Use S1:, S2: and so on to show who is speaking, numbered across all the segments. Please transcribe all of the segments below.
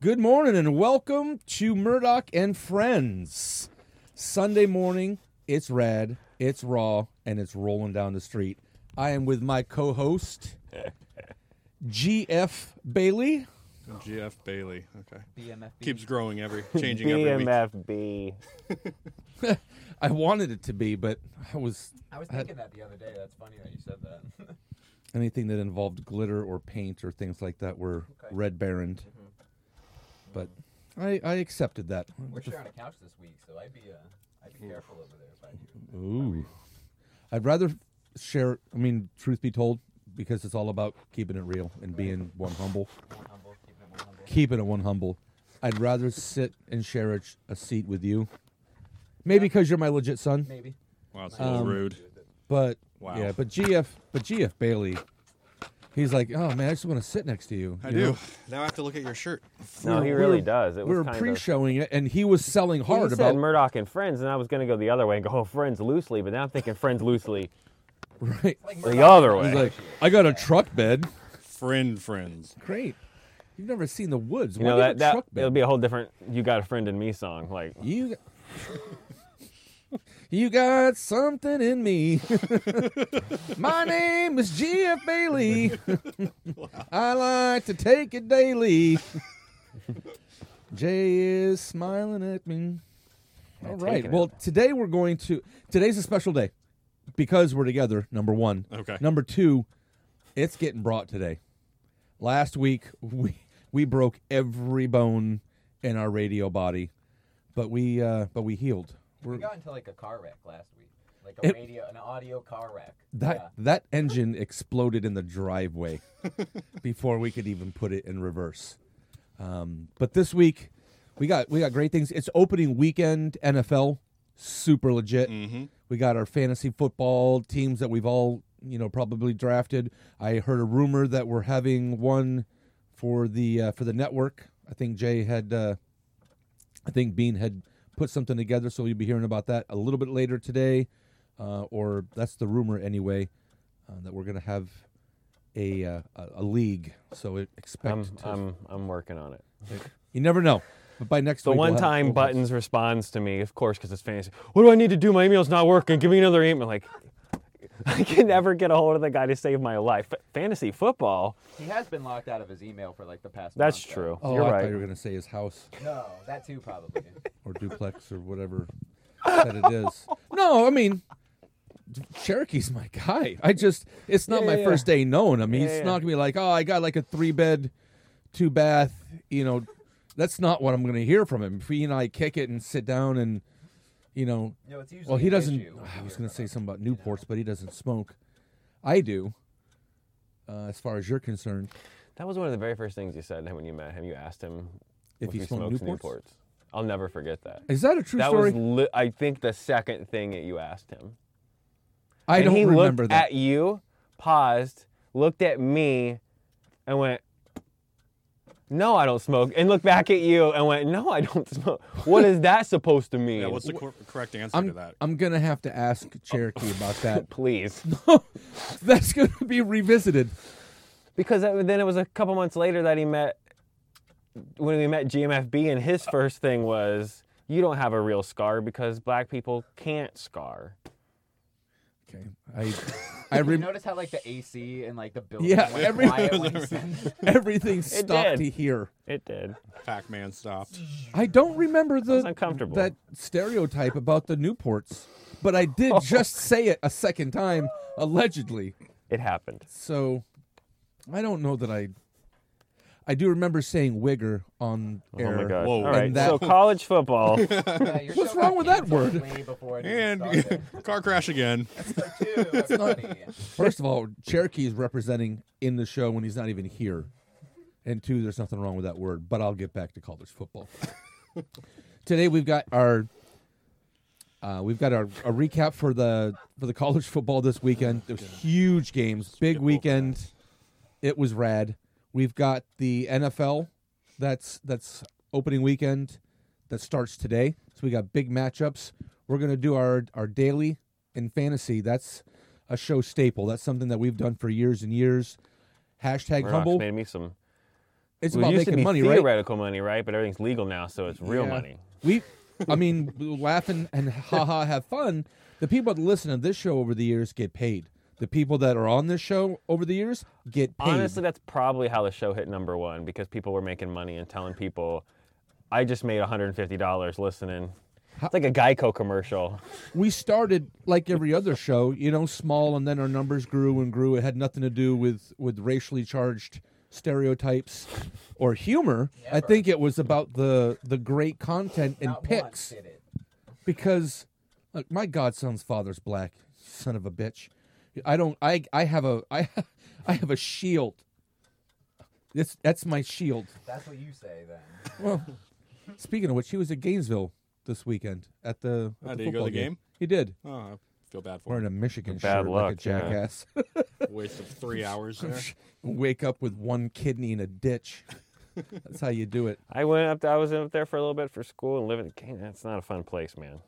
S1: Good morning and welcome to Murdoch and Friends. Sunday morning, it's red, it's raw, and it's rolling down the street. I am with my co host, GF Bailey.
S2: GF Bailey. Okay.
S3: BMFB.
S2: Keeps growing every changing every week.
S4: BMFB.
S1: I wanted it to be, but I was
S3: I was thinking that the other day. That's funny that you said that.
S1: anything that involved glitter or paint or things like that were
S3: Okay.
S1: red baroned. But I, I accepted that.
S3: We're sharing a couch this week, so I'd be uh, I'd be careful over there if I do.
S1: Ooh. I'd rather share, I mean, truth be told, because it's all about keeping it real and being one humble.
S3: One humble, keeping it one humble.
S1: Keeping it one humble. I'd rather sit and share a, a seat with you. Maybe because you're my legit son,
S3: Maybe.
S2: Wow, it's a little
S1: Um,
S2: rude.
S1: but
S2: Wow.
S1: yeah, but GF, but GF Bailey, he's like, oh man, I just want to sit next to you.
S2: I
S1: you
S2: do.
S1: know?
S2: Now I have to look at your shirt.
S1: We
S4: No, he
S1: were-
S4: really
S1: we were-
S4: does. It
S1: we
S4: was
S1: were
S4: kind of.
S1: pre-showing it, and he was selling
S4: Well,
S1: hard
S4: you
S1: about
S4: said Murdoch and Friends, and I was going to go the other way and go, oh, Friends loosely, but now I'm thinking Friends loosely
S1: right.
S3: Like
S4: the other
S1: He's
S4: way.
S1: like, I got a truck bed.
S2: Friend friends.
S1: Great. You've never seen the woods.
S4: you
S1: Why
S4: know
S1: do you
S4: that,
S1: have a
S4: that
S1: truck bed?
S4: it'll be a whole different "You Got a Friend in Me" song. Like,
S1: You You got something in me. My name is GF Bailey. I like to take it daily. Jay is smiling at me. All right.
S4: taking it.
S1: Well, today we're going to today's a special day because we're together. Number 1.
S2: Okay.
S1: Number 2, it's getting brought today. Last week we we broke every bone in our radio body but we uh but we healed
S3: We
S1: we're
S3: got into like a car wreck last week, like a
S1: It-
S3: radio, an audio car wreck.
S1: that
S3: Yeah.
S1: that engine exploded in the driveway before we could even put it in reverse um but this week we got we got great things it's opening weekend nfl super legit we got our fantasy football teams that we've all you know probably drafted i heard a rumor that we're having one for the uh, for the network i think jay had uh I think Bean had put something together, so you'll be hearing about that a little bit later today, uh, or that's the rumor anyway, uh, that we're going to have a, uh, a a league. So it, expect
S4: I'm,
S1: to,
S4: I'm, I'm working on it.
S1: you never know, but by next
S4: The
S1: week we'll
S4: one
S1: have
S4: time
S1: full-
S4: Buttons responds to me, of course, because it's fantasy. What do I need to do? My email's not working. Give me another email. Like, I can never get a hold of the guy to save my life. But fantasy football.
S3: He has been locked out of his email for like the past.
S4: That's
S3: month,
S4: true.
S1: Oh,
S4: You're
S1: I
S4: right.
S1: thought you were going to say his house
S3: though. No, that too probably.
S1: or duplex or whatever that it is. No, I mean. Cherokee's my guy. I just, it's not
S4: Yeah,
S1: my
S4: yeah,
S1: first day known. I mean,
S4: Yeah,
S1: it's
S4: yeah.
S1: not gonna be like, oh, I got like a three bed, two bath. You know, that's not what I'm gonna hear from him. If he and I kick it and sit down and, you know,
S3: No, it's usually.
S1: well, he
S3: an
S1: doesn't.
S3: issue when
S1: I
S3: you
S1: was
S3: hear
S1: gonna
S3: from
S1: say
S3: him.
S1: something about Newports, but he doesn't smoke. I do. Uh, as far as you're concerned,
S4: That was one of the very first things you said when you met him. You asked him
S1: If
S4: if
S1: he
S4: he,
S1: smoked Newports?
S4: smokes Newports. I'll never forget that.
S1: is that a true
S4: that
S1: story?
S4: was, li- I think, the second thing that you asked him.
S1: I
S4: and
S1: don't
S4: he
S1: remember
S4: looked
S1: that.
S4: at you, paused, looked at me, and went, "No, I don't smoke." And looked back at you and went, "No, I don't smoke." What is that supposed to mean?
S2: Yeah, what's the cor- correct answer to
S1: I'm,
S2: that?
S1: I'm gonna have to ask Cherokee about that.
S4: Please,
S1: That's gonna be revisited.
S4: because that, then it was a couple months later that he met when we met GMFB, and his first thing was, "You don't have a real scar because black people can't scar."
S1: Okay, I, I
S3: You
S1: rem-
S3: notice how like the AC and like the building.
S1: Yeah,
S3: went
S1: every-
S3: quiet when you said that?
S1: everything stopped
S4: did.
S1: to hear.
S4: It did.
S2: Pac-Man stopped.
S1: I don't remember the
S4: was uncomfortable.
S1: that stereotype about the Newports, but I did just say it a second time, allegedly.
S4: It happened.
S1: So I don't know that I. I do remember saying "wigger" on air.
S4: Oh my god.
S2: Whoa.
S4: All
S2: And
S4: right.
S1: that-
S4: So college football.
S3: Yeah, your
S1: What's
S3: show
S1: wrong
S3: got
S1: with that
S3: canceled
S1: word?
S3: way Before it even
S2: And
S3: started.
S2: car crash again.
S3: Two, everybody.
S1: First of all, Cherokee is representing in the show when he's not even here, and two, there's nothing wrong with that word. But I'll get back to college football. Today we've got our. Uh, we've got our, a recap for the for the college football this weekend. There's huge games, big
S2: over
S1: weekend. It was rad. We've got the NFL that's that's opening weekend that starts today. So we got big matchups. We're gonna do our our daily in fantasy. That's a show staple. That's something that we've done for years and years. Hashtag
S4: Murdoch's
S1: humble.
S4: made me some
S1: it's
S4: It
S1: about
S4: used to
S1: making
S4: be
S1: money, right?
S4: theoretical money, right? But everything's legal now, so it's real
S1: Yeah.
S4: money.
S1: We, I mean, laugh and, and haha, have fun. The people that listen to this show over the years get paid. The people that are on this show over the years get paid.
S4: Honestly, that's probably how the show hit number one because people were making money and telling people, "I just made $150 listening." It's like a Geico commercial.
S1: we started like every other show, you know, small, and then our numbers grew and grew. It had nothing to do with with racially charged stereotypes or humor. I
S3: Never.
S1: think it was about the the great content and
S3: Not once
S1: picks
S3: did it.
S1: because look, my godson's father's black, son of a bitch. I don't. I I have a I I have a shield. That's that's my shield.
S3: That's what you say then.
S1: Well, speaking of which, he was at Gainesville this weekend at the. At
S2: Oh,
S1: the
S2: did he go to
S1: football
S2: the
S1: game?
S2: game?
S1: He did.
S2: Oh, I feel bad for
S1: Wearing
S2: him.
S1: a Michigan
S4: Bad
S1: shirt like a
S4: luck, yeah.
S1: jackass.
S2: Waste of three hours there.
S1: Wake up with one kidney in a ditch. That's how you do it.
S4: I went up. I was up there for a little bit for school and living. Can't- That's not a fun place, man.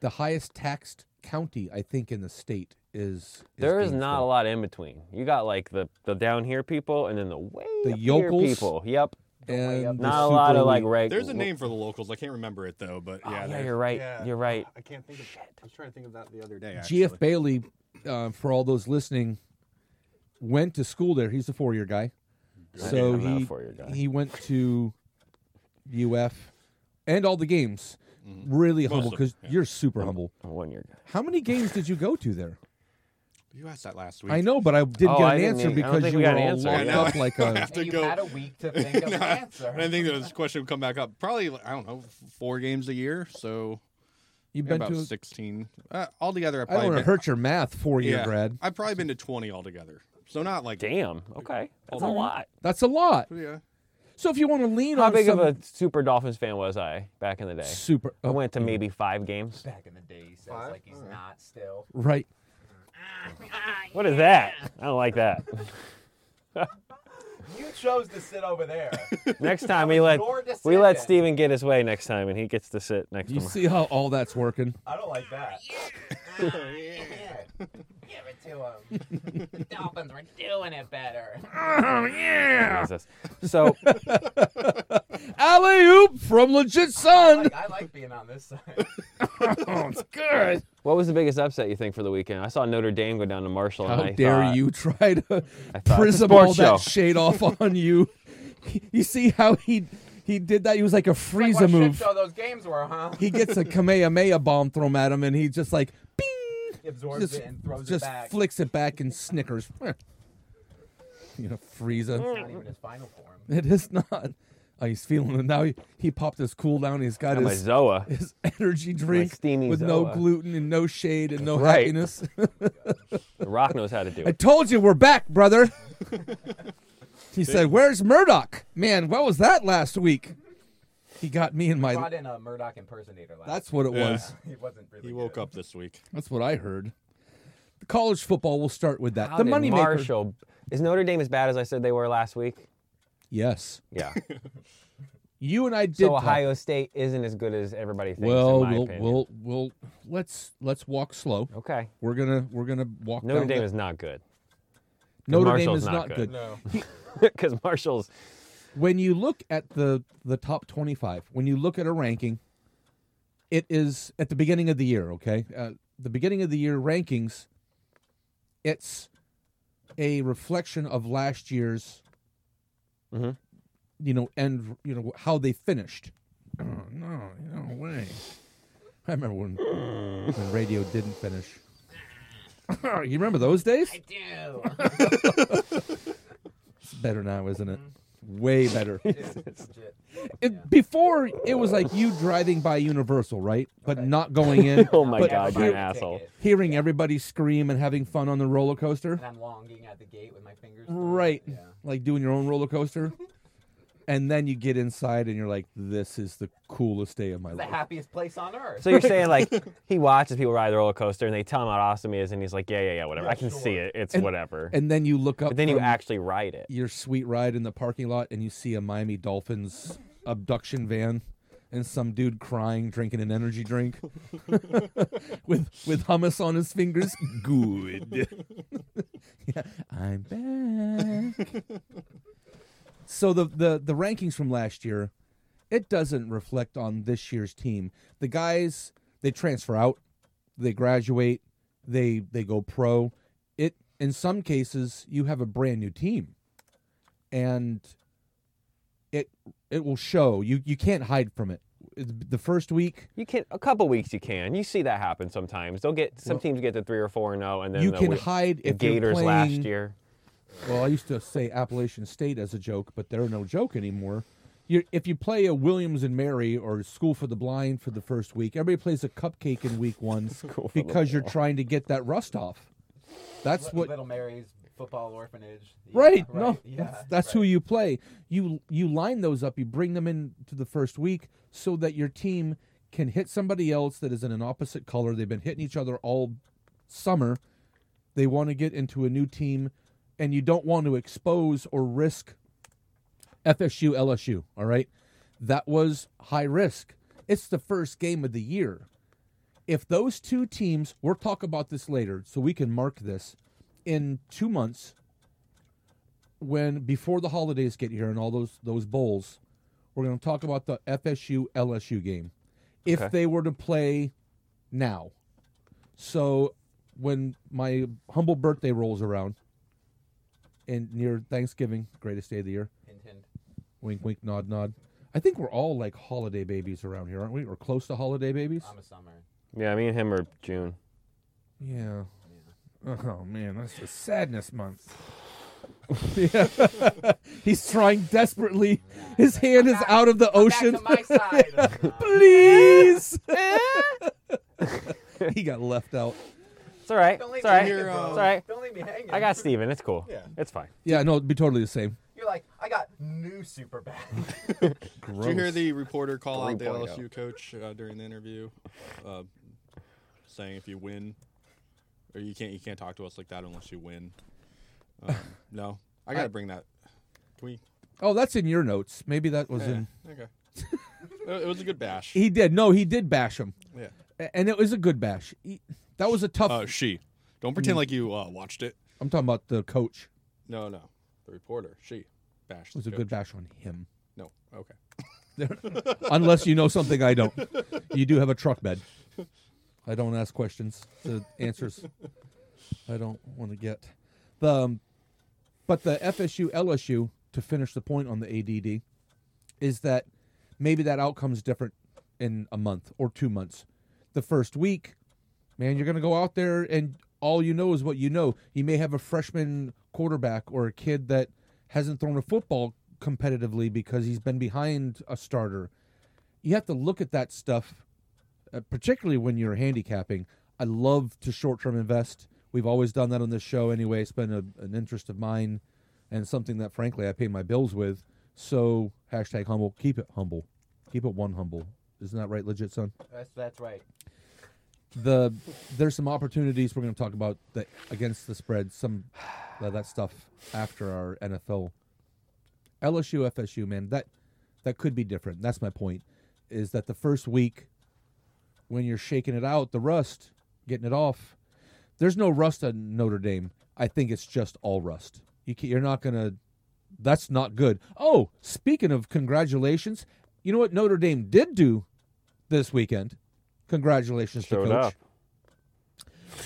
S1: The highest taxed county, I think, in the state is. is
S4: There is
S1: Gainesville.
S4: not a lot in between. You got like the the down here people and then the way
S1: The
S4: up here
S1: yokels?
S4: people. Yep.
S1: and the
S4: Not a lot
S1: super
S4: of like
S1: elite.
S4: reg-
S2: There's a name for the locals. I can't remember it though, but
S4: Oh,
S2: yeah.
S4: yeah,
S2: there's-
S4: you're right.
S2: yeah.
S4: You're right.
S2: I can't think of. I was trying to think of that the other day. Actually.
S1: GF Bailey, uh, for all those listening, went to school there. He's a four-year guy, so
S4: I'm not a
S1: he
S4: four-year guy.
S1: he went to UF and all the games.
S4: Mm-hmm.
S1: Really humble
S2: of them,
S1: because you're super humble.
S4: I'm a One year guy.
S1: How many games did you go to there?
S2: You asked that last week.
S1: I know, but I didn't
S4: Oh,
S1: get
S4: I
S1: an
S4: didn't
S1: answer
S4: e- I don't
S1: because
S4: think
S1: you
S4: we
S1: were
S4: got an
S1: all
S4: answer.
S1: locked
S4: I
S2: know.
S1: up like a.
S2: To
S3: And you
S2: go-
S3: had a week to think of an answer.
S2: I didn't think that this question would come back up. Probably I don't know four games a year, so
S1: You've been
S2: about
S1: to.
S2: sixteen uh, altogether. I
S1: I don't
S2: probably
S1: want to
S2: been,
S1: hurt your math, four-year
S2: yeah,
S1: grad.
S2: I've probably been to twenty altogether. So not like
S4: Damn. Okay. That's a
S2: Alright.
S4: lot.
S1: That's a lot.
S2: yeah.
S1: So if you want to lean
S4: How
S1: on
S4: big
S1: some
S4: of a super Dolphins fan was I back in the day?
S1: super,
S4: I went to maybe five games.
S3: Back in the day, he says
S2: Five?
S3: like he's not
S1: oh,
S3: still.
S1: right.
S4: What is that? I don't like that.
S3: You chose to sit over there.
S4: next time we let
S3: Your
S4: we let
S3: decision.
S4: Steven get his way next time, and he gets to sit next
S1: You
S4: to me.
S1: see how all that's working.
S3: I don't like that. Yeah. Give it to him. the Dolphins were doing it better.
S4: Jesus. So
S1: Alley oop from legit
S4: Oh
S1: son.
S3: Like, I like being on this side.
S1: It's good.
S4: What was the biggest upset you think for the weekend? I saw Notre Dame go down to Marshall.
S1: How
S4: and I
S1: dare
S4: thought-
S1: you try to
S4: thought-
S1: prism
S4: Sports
S1: all that
S4: show.
S1: shade off on you? You see how he he did that? He was like a
S3: Like
S1: freeze
S3: what a shit
S1: move.
S3: show those games were, huh?
S1: He gets a Kamehameha bomb thrown at him, and he just like bing,
S3: He absorbs
S1: just,
S3: it and throws
S1: just
S3: it back.
S1: flicks it back and snickers. You know, Frieza.
S3: It's not even his final form.
S1: It is not. Oh, he's feeling it now. He, he popped his cool down. He's got
S4: Got my
S1: his,
S4: Zoa.
S1: his energy drink
S4: steamy
S1: with no
S4: Zoa.
S1: gluten and no shade and no
S4: Right.
S1: happiness.
S4: The Rock knows how to do
S1: I
S4: it.
S1: told you we're back, brother. he said, "Where's Murdoch? Man, what was that last week? He got me in my.
S3: Brought in a Murdoch impersonator last.
S1: That's what it
S2: Yeah.
S1: was.
S3: week. he wasn't really.
S2: He woke
S3: good.
S2: up this week.
S1: That's what I heard. The college football. We'll start with that.
S4: How
S1: the
S4: did
S1: money maker.
S4: Marshall. Is Notre Dame as bad as I said they were last week?
S1: Yes,
S4: Yeah.
S1: you and I did.
S4: so
S1: talk-
S4: Ohio State isn't as good as everybody thinks.
S1: Well,
S4: in my
S1: we'll,
S4: opinion.
S1: we'll we'll let's let's walk slow.
S4: Okay.
S1: We're gonna we're gonna walk.
S4: Notre
S1: down
S4: Dame
S1: the-
S4: is not good
S1: Notre Dame
S4: Marshall's
S1: is
S4: not
S1: not
S4: good.
S1: good.
S2: No.
S4: because Marshall's.
S1: When you look at the the top twenty five, when you look at a ranking, it is at the beginning of the year. Okay, uh, the beginning of the year rankings. It's a reflection of last year's,
S4: Mhm.
S1: you know, and you know how they finished. Oh, no, no way. I remember when when radio didn't finish. you remember those days?
S3: I do.
S1: better now, isn't it? Way better.
S3: It's legit.
S1: It- Before it was like you driving by Universal, right? But not going in.
S4: Oh my
S1: but
S4: God, you're an
S1: hear-
S4: asshole.
S1: Hearing everybody scream and having fun on the roller coaster,
S3: And I'm longing at the gate with my fingers. through it.
S1: right?
S3: Yeah.
S1: Like doing your own roller coaster, and then you get inside and you're like, "This is the coolest day of my
S3: The
S1: life."
S3: happiest place on earth.
S4: So you're saying like he watches people ride the roller coaster and they tell him how awesome he is and he's like, yeah, yeah, yeah, whatever. I can see
S3: sure.
S4: it. It's
S1: And-
S4: whatever.
S1: And then you look up.
S4: but then you
S1: from
S4: actually ride it.
S1: your sweet ride in the parking lot and you see a Miami Dolphins abduction van and some dude crying drinking an energy drink with with hummus on his fingers. Good. yeah, I'm back. So the the the rankings from last year, it doesn't reflect on this year's team. The guys they transfer out, they graduate, they they go pro. It in some cases you have a brand new team, and it it will show. You you can't hide from it. It's the first week
S5: You can a couple weeks. You can. You see that happen sometimes. They'll get some teams get to three or four and zero, and then
S1: you
S5: the
S1: can
S5: wi-
S1: hide
S5: the
S1: if
S5: Gators
S1: you're
S5: last
S1: playing.
S5: year.
S1: Well, I used to say Appalachian State as a joke, but they're no joke anymore. you if you play a Williams and Mary or School for the Blind for the first week, everybody plays a cupcake in week one
S5: the
S1: because you're trying to get that rust off. That's
S3: Li-
S1: what,
S3: Little Mary's football orphanage. Yeah,
S1: right, No,
S3: Yeah,
S1: that's, that's who
S3: right.
S1: you play. You you line those up. You bring them into the first week so that your team can hit somebody else that is in an opposite color. They've been hitting each other all summer. They want to get into a new team, and you don't want to expose or risk FSU, LSU. All right, that was high risk. It's the first game of the year. If those two teams, we'll talk about this later, so we can mark this in two months when before the holidays get here and all those those bowls, we're going to talk about the FSU LSU game. If
S5: Okay.
S1: they were to play now, so when my humble birthday rolls around and near Thanksgiving, greatest day of the year,
S3: Hint, hint.
S1: wink wink nod nod. I think we're all like holiday babies around here, aren't we? Or close to holiday babies.
S3: I'm a summer.
S5: Yeah, me and him are June.
S1: Yeah. Oh man, that's a sadness month. yeah. He's trying desperately. His hand is out of the ocean.
S6: Back to my side.
S1: Please. he got left out.
S5: It's all right.
S3: Don't
S5: It's
S3: leave
S5: all right.
S3: me
S5: It's
S2: here, um,
S5: all right.
S3: Don't leave me hanging.
S5: I got Steven. It's cool.
S2: Yeah.
S5: It's fine.
S1: Yeah, no, it'd be totally the same.
S3: You're like, I got new super bad.
S2: Did you hear the reporter call out the
S5: 3.0.
S2: LSU coach uh, during the interview, uh, saying if you win, or you can't you can't talk to us like that unless you win. Um, no, I gotta bring that. Can we?
S1: Oh, that's in your notes. Maybe that was
S2: Yeah,
S1: in.
S2: okay. it it was a good bash.
S1: He did. No, he did bash him,
S2: Yeah.
S1: A- and it was a good bash. He- That was a tough.
S2: Uh, she. Don't
S1: Mm.
S2: pretend like you uh, watched it.
S1: I'm talking about the coach.
S2: No, no. The reporter. She
S1: It
S2: bashed.
S1: was
S2: the
S1: a good
S2: coach.
S1: bash on him.
S2: No. Okay.
S1: Unless you know something I don't. You do have a truck bed. I don't ask questions. The answers I don't want to get. The um, but the FSU LSU to finish the point on the ADD is that maybe that outcome's different in a month or two months. The first week, man, you're going to go out there and all you know is what you know. You may have a freshman quarterback or a kid that hasn't thrown a football competitively because he's been behind a starter. You have to look at that stuff, uh, particularly when you're handicapping. I love to short term invest. We've always done that on this show anyway. It's been a, an interest of mine and something that, frankly, I pay my bills with. So, hashtag humble. Keep it humble. Keep it one humble. Isn't that right, legit son?
S3: That's that's right.
S1: the there's some opportunities we're going to talk about that against the spread some of that stuff after our NFL LSU FSU man that that could be different that's my point is that the first week when you're shaking it out the rust getting it off there's no rust on Notre Dame I think it's just all rust you can, you're not going to that's not good oh speaking of congratulations you know what Notre Dame did do this weekend congratulations to
S5: Showed
S1: coach
S5: up.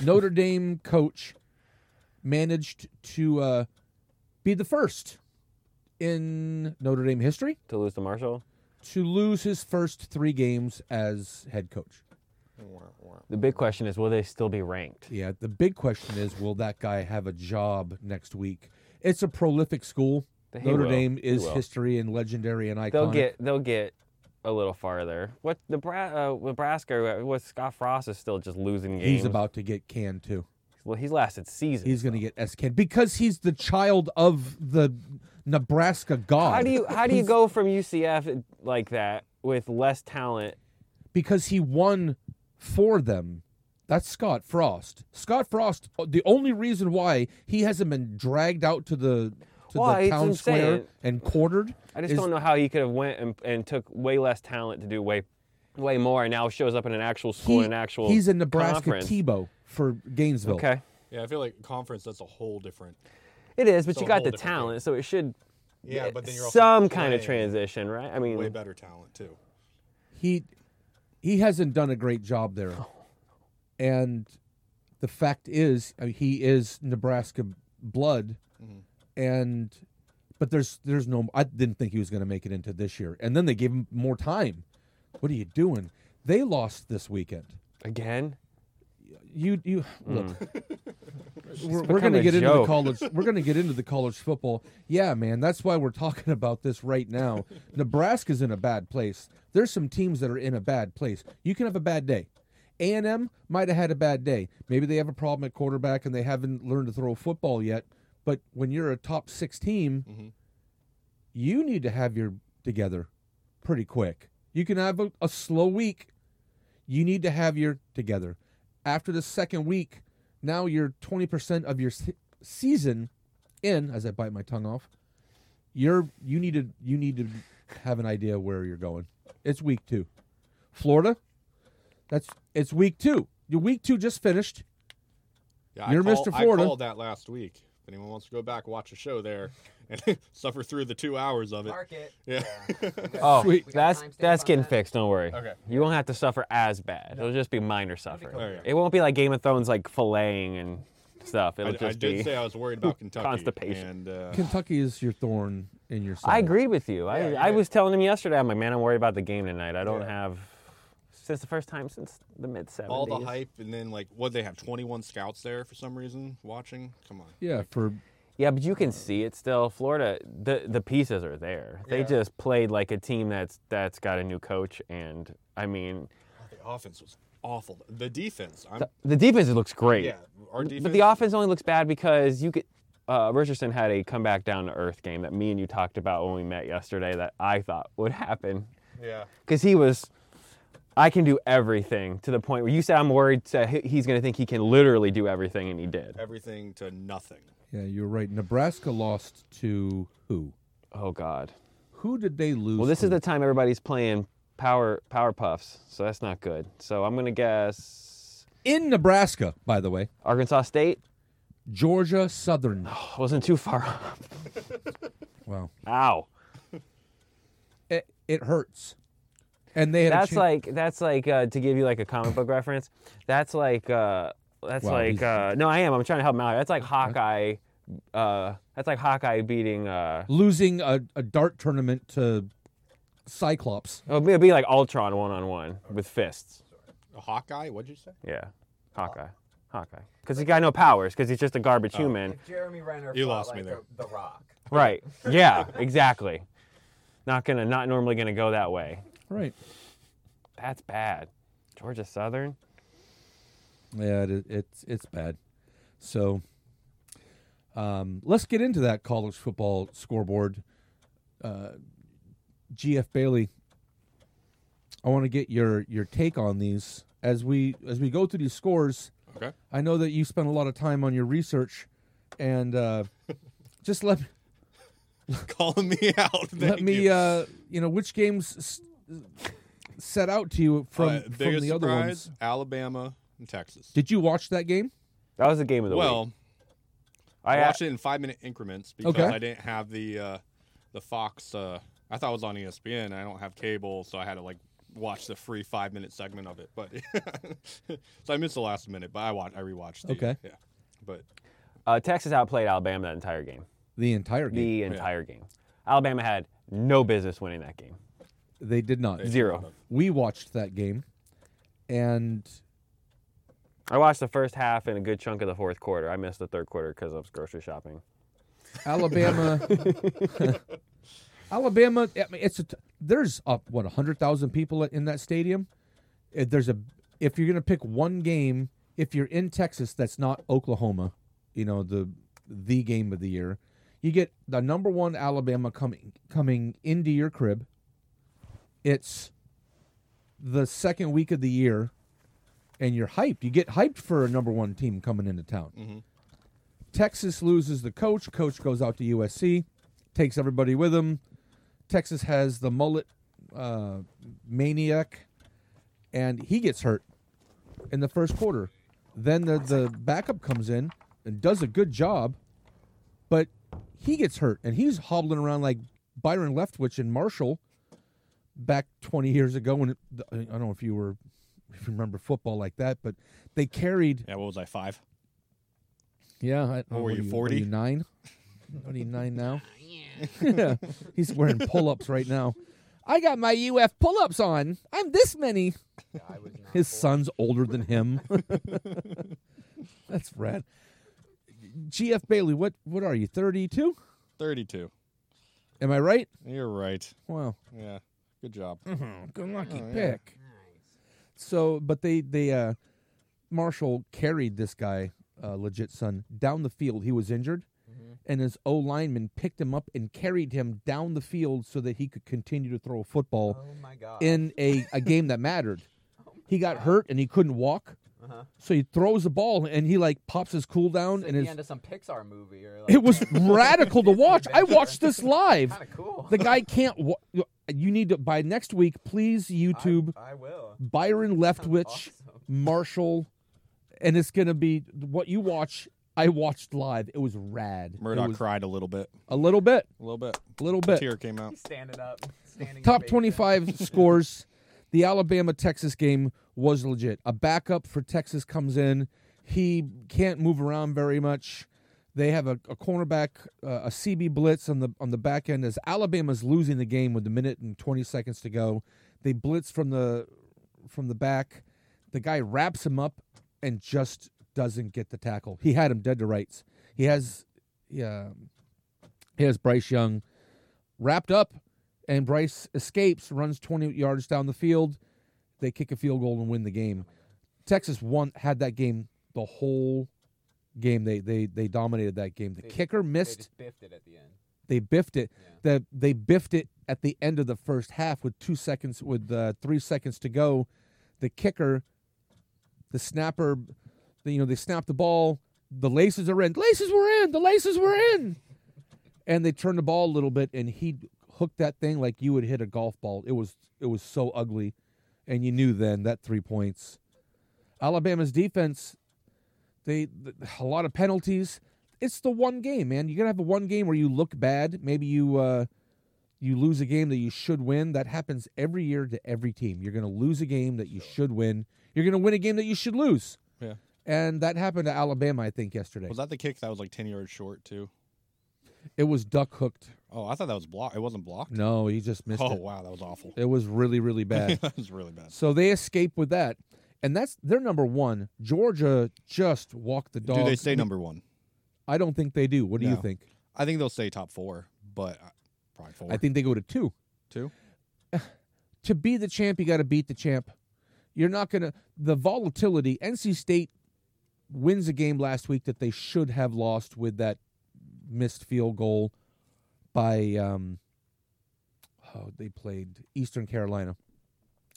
S1: Notre Dame coach managed to uh, be the first in Notre Dame history
S5: To lose to Marshall.
S1: to lose his first three games as head coach.
S5: The big question is, will they still be ranked?
S1: Yeah, the big question is will that guy have a job next week? It's a prolific school.
S5: He
S1: Notre
S5: will.
S1: Dame
S5: He
S1: is
S5: will.
S1: history and legendary and iconic.
S5: They'll get. They'll get a little farther. What Nebraska? Uh, Nebraska? uh, What Scott Frost is still just losing games.
S1: He's about to get canned too.
S5: Well, he's lasted seasons.
S1: He's going to get S canned because he's the child of the Nebraska god.
S5: How do you how do you go from UCF like that with less talent?
S1: because he won for them. That's Scott Frost. Scott Frost, uh, the only reason why he hasn't been dragged out to the to
S5: Well,
S1: the
S5: it's
S1: town square
S5: insane.
S1: and quartered.
S5: I just
S1: is-
S5: don't know how he could have went and, and took way less talent to do way way more and now shows up in an actual school in an actual
S1: he's a Nebraska
S5: conference.
S1: Tebow for Gainesville.
S5: Okay.
S2: Yeah, I feel like conference. That's a whole different.
S5: It is, but
S2: So
S5: you
S2: a
S5: got
S2: whole
S5: the
S2: different game.
S5: talent, so it should
S2: Yeah, but then you're also
S4: some kind of
S2: playing
S4: transition, right? I
S2: Way
S4: mean,
S2: better talent too.
S1: he he hasn't done a great job there. And the fact is, I mean, he is Nebraska blood, and but there's there's no. I didn't think he was going to make it into this year. And then they gave him more time. What are you doing? They lost this weekend.
S4: again,
S1: You you look. we're we're going
S4: become
S1: to
S4: a
S1: get into the
S4: joke.
S1: college. We're going to get into the college football. Yeah, man, that's why we're talking about this right now. Nebraska's in a bad place. There's some teams that are in a bad place. You can have a bad day. A and M might have had a bad day. Maybe they have a problem at quarterback and they haven't learned to throw football yet. But when you're a top six team,
S4: Mm-hmm.
S1: you need to have your together pretty quick. You can have a, a slow week you need to have your together. After the second week, now you're 20% of your se- season in as I bite my tongue off. You're you need to you need to have an idea where you're going. It's week 2. Florida? That's it's week 2. Your week 2 just finished.
S2: Yeah,
S1: You're
S2: I call,
S1: Mr. Florida.
S2: I called that last week. If anyone wants to go back, watch a show there and suffer through the two hours of it.
S3: Mark it.
S2: Yeah.
S4: oh,
S1: Sweet.
S4: that's
S7: We got timestamp
S4: that's
S7: on
S4: getting
S7: that?
S4: fixed. Don't worry.
S2: Okay.
S4: You won't have to suffer as bad. It'll just be minor suffering.
S2: There you go.
S4: It won't be like Game of Thrones, like filleting and stuff. It'll
S2: I, I
S4: just
S2: did
S4: be.
S2: say I was worried about Kentucky.
S4: Constipation.
S2: And uh,
S1: Kentucky is your thorn in your side.
S4: I agree with you.
S2: Yeah, you
S4: I, I
S2: did.
S4: was telling him yesterday, I'm like, man, I'm worried about the game tonight. I don't
S2: Yeah.
S4: have since the first time since the mid 70s.
S2: all the hype, and then like, what they have 21 scouts there for some reason watching. Come on.
S1: Yeah, for
S4: Yeah, but you can see it still. Florida, the the pieces are there. They just played like a team that's that's got a new coach, and I mean,
S2: The offense was awful. The defense. I'm,
S4: the defense looks great.
S2: yeah, our defense.
S4: But the offense only looks bad because you get uh, Richardson had a come back down to earth game that me and you talked about when we met yesterday that I thought would happen
S2: Yeah.
S4: because he was I can do everything to the point where you said I'm worried so he- he's going to think he can literally do everything and he did.
S2: Everything to nothing.
S1: Yeah, you're right. Nebraska lost to who?
S4: Oh god.
S1: Who did they lose?
S4: Well, this
S1: to?
S4: is the time everybody's playing power power puffs, so that's not good. So I'm going to guess
S1: in Nebraska, by the way.
S4: Arkansas State
S1: Georgia Southern.
S4: wasn't too far off.
S1: Wow.
S4: Ow.
S1: it, it hurts. And they had a
S4: That's
S1: chan-
S4: like that's like uh, to give you like a comic book reference. That's like uh, that's
S1: Wow,
S4: like
S1: he's-
S4: uh, no, I am. I'm trying to help him out. That's like Hawkeye. Uh, that's like Hawkeye beating. Uh,
S1: losing a, a dart tournament to Cyclops.
S4: it'll oh, be, it'll be like Ultron one on one with fists.
S2: A Hawkeye? What'd you say?
S4: Yeah, Hawkeye. Hawkeye. Because he got no powers. Because he's just a garbage
S1: Oh.
S4: human.
S3: If Jeremy Renner
S2: You
S3: fought
S2: lost me
S3: like
S2: there.
S3: The, the Rock.
S4: Right. Yeah. Exactly. Not gonna. Not normally gonna go that way.
S1: Right.
S4: That's bad. Georgia Southern.
S1: Yeah, it, it's it's bad. So um, let's get into that college football scoreboard. Uh, GF Bailey, I want to get your your take on these as we as we go through these scores.
S2: Okay.
S1: I know that you spent a lot of time on your research, and uh, just let
S2: Calling me out.
S1: let
S2: Thank
S1: me
S2: you.
S1: uh you know which games s- set out to you from,
S2: Uh,
S1: from the
S2: biggest
S1: other
S2: surprise,
S1: ones
S2: Alabama and Texas.
S1: did you watch that game
S4: That was the game of the
S2: Well,
S4: week.
S2: I
S4: I
S2: watched it in five minute increments because
S1: Okay.
S2: I didn't have the uh, the Fox. Uh, I thought it was on ESPN. I don't have cable, so I had to like watch the free five minute segment of it. But so I missed the last minute, but I watched. I rewatched. The,
S1: Okay.
S2: Yeah. But
S4: uh, Texas outplayed Alabama that entire game.
S1: the entire game
S4: the entire game. Alabama had no business winning that game.
S1: they did not
S4: Zero.
S1: we watched that game and
S4: I watched the first half and a good chunk of the fourth quarter. I missed the third quarter because I was grocery shopping.
S1: alabama alabama I mean, it's a t- there's up what 100000 people in that stadium Uh, there's a if you're gonna pick one game if you're in texas that's not oklahoma you know the the game of the year you get the number one alabama coming coming into your crib it's the second week of the year and you're hyped you get hyped for a number one team coming into town texas loses the coach coach goes out to usc takes everybody with him texas has the mullet uh, maniac and he gets hurt in the first quarter then the, the backup comes in and does a good job but he gets hurt and he's hobbling around like Byron Leftwich and Marshall back 20 years ago. When it, I don't know if you were, if you remember football like that, but they carried
S2: Yeah, what was I five?
S1: yeah. I,
S2: What were
S1: are
S2: you,
S1: what are
S2: 40?
S1: Nine. What are you, nine now?
S6: Yeah.
S1: yeah. He's wearing pull ups right now. I got my UF pull ups on. I'm this many.
S3: I was not
S1: His
S3: born.
S1: son's older than him. That's rad. GF Bailey, what what are you? Thirty two?
S2: Thirty-two.
S1: Am I right?
S2: You're right.
S1: Wow.
S2: Yeah, good job.
S1: Mm-hmm. Good lucky
S2: Oh, yeah.
S1: pick.
S6: Nice.
S1: So, but they they uh Marshall carried this guy, uh, legit son, down the field. He was injured,
S3: Mm-hmm.
S1: and his O lineman picked him up and carried him down the field so that he could continue to throw a football.
S3: Oh my god.
S1: in a, a game that mattered. He got hurt and he couldn't walk,
S3: Uh-huh.
S1: so he throws the ball and he like pops his
S3: It's
S1: cooldown
S3: like
S1: and
S3: the
S1: his.
S3: end of some Pixar movie or like
S1: It was radical to watch. I watched this
S3: kind
S1: live.
S3: of cool.
S1: The guy can't. Wa- you need to by next week, please YouTube
S3: I, I will.
S1: Byron Leftwich,
S3: awesome.
S1: Marshall, and it's gonna be what you watch. I watched live. It was rad. It
S2: Murdoch
S1: was
S2: cried a little bit.
S1: a little bit,
S2: A little bit.
S1: a little
S2: A
S1: bit.
S2: tear came out.
S3: He's standing up. Standing
S1: Top
S3: ovation.
S1: 25 scores. The Alabama Texas game was legit. A backup for Texas comes in. He can't move around very much. They have a, a cornerback, uh, a CB blitz on the on the back end as Alabama's losing the game with a minute and 20 seconds to go. They blitz from the from the back. The guy wraps him up and just doesn't get the tackle. He had him dead to rights. He has yeah, he has Bryce Young wrapped up, and Bryce escapes, runs 20 yards down the field. They kick a field goal and win the game. Texas won had that game the whole game. They they they dominated that game. The
S3: They-
S1: kicker
S3: They
S1: missed.
S3: just biffed it at the end.
S1: They biffed it.
S3: Yeah.
S1: The, they biffed it at the end of the first half with two seconds, with uh, three seconds to go. The kicker, the snapper, the, you know, they snapped the ball. The laces are in. Laces were in. The laces were in. And they turned the ball a little bit, and he hooked that thing like you would hit a golf ball. It was it was so ugly, and you knew then that three points. Alabama's defense they th- a lot of penalties. It's the one game, man. You're gonna have a one game where you look bad. Maybe you uh, you lose a game that you should win. That happens every year to every team. You're gonna lose a game that you should win. You're gonna win a game that you should lose.
S2: Yeah.
S1: And that happened to Alabama, I think, yesterday.
S2: Was that the kick that was like ten yards short too?
S1: it was duck hooked.
S2: Oh, I thought that was blocked. It wasn't blocked.
S1: No, he just missed
S2: Oh
S1: it.
S2: wow, that was awful.
S1: It was really, really bad.
S2: that was really bad.
S1: so they escape with that, and that's their number one. Georgia just walked the dog.
S2: Do they stay number one?
S1: I don't think they do. What do you
S2: No.
S1: think?
S2: I think they'll stay top four, but uh, probably four.
S1: I think they go to two.
S2: two.
S1: to be the champ, you got to beat the champ. You're not going to the volatility. NC State wins a game last week that they should have lost with that missed field goal by um oh, they played Eastern Carolina,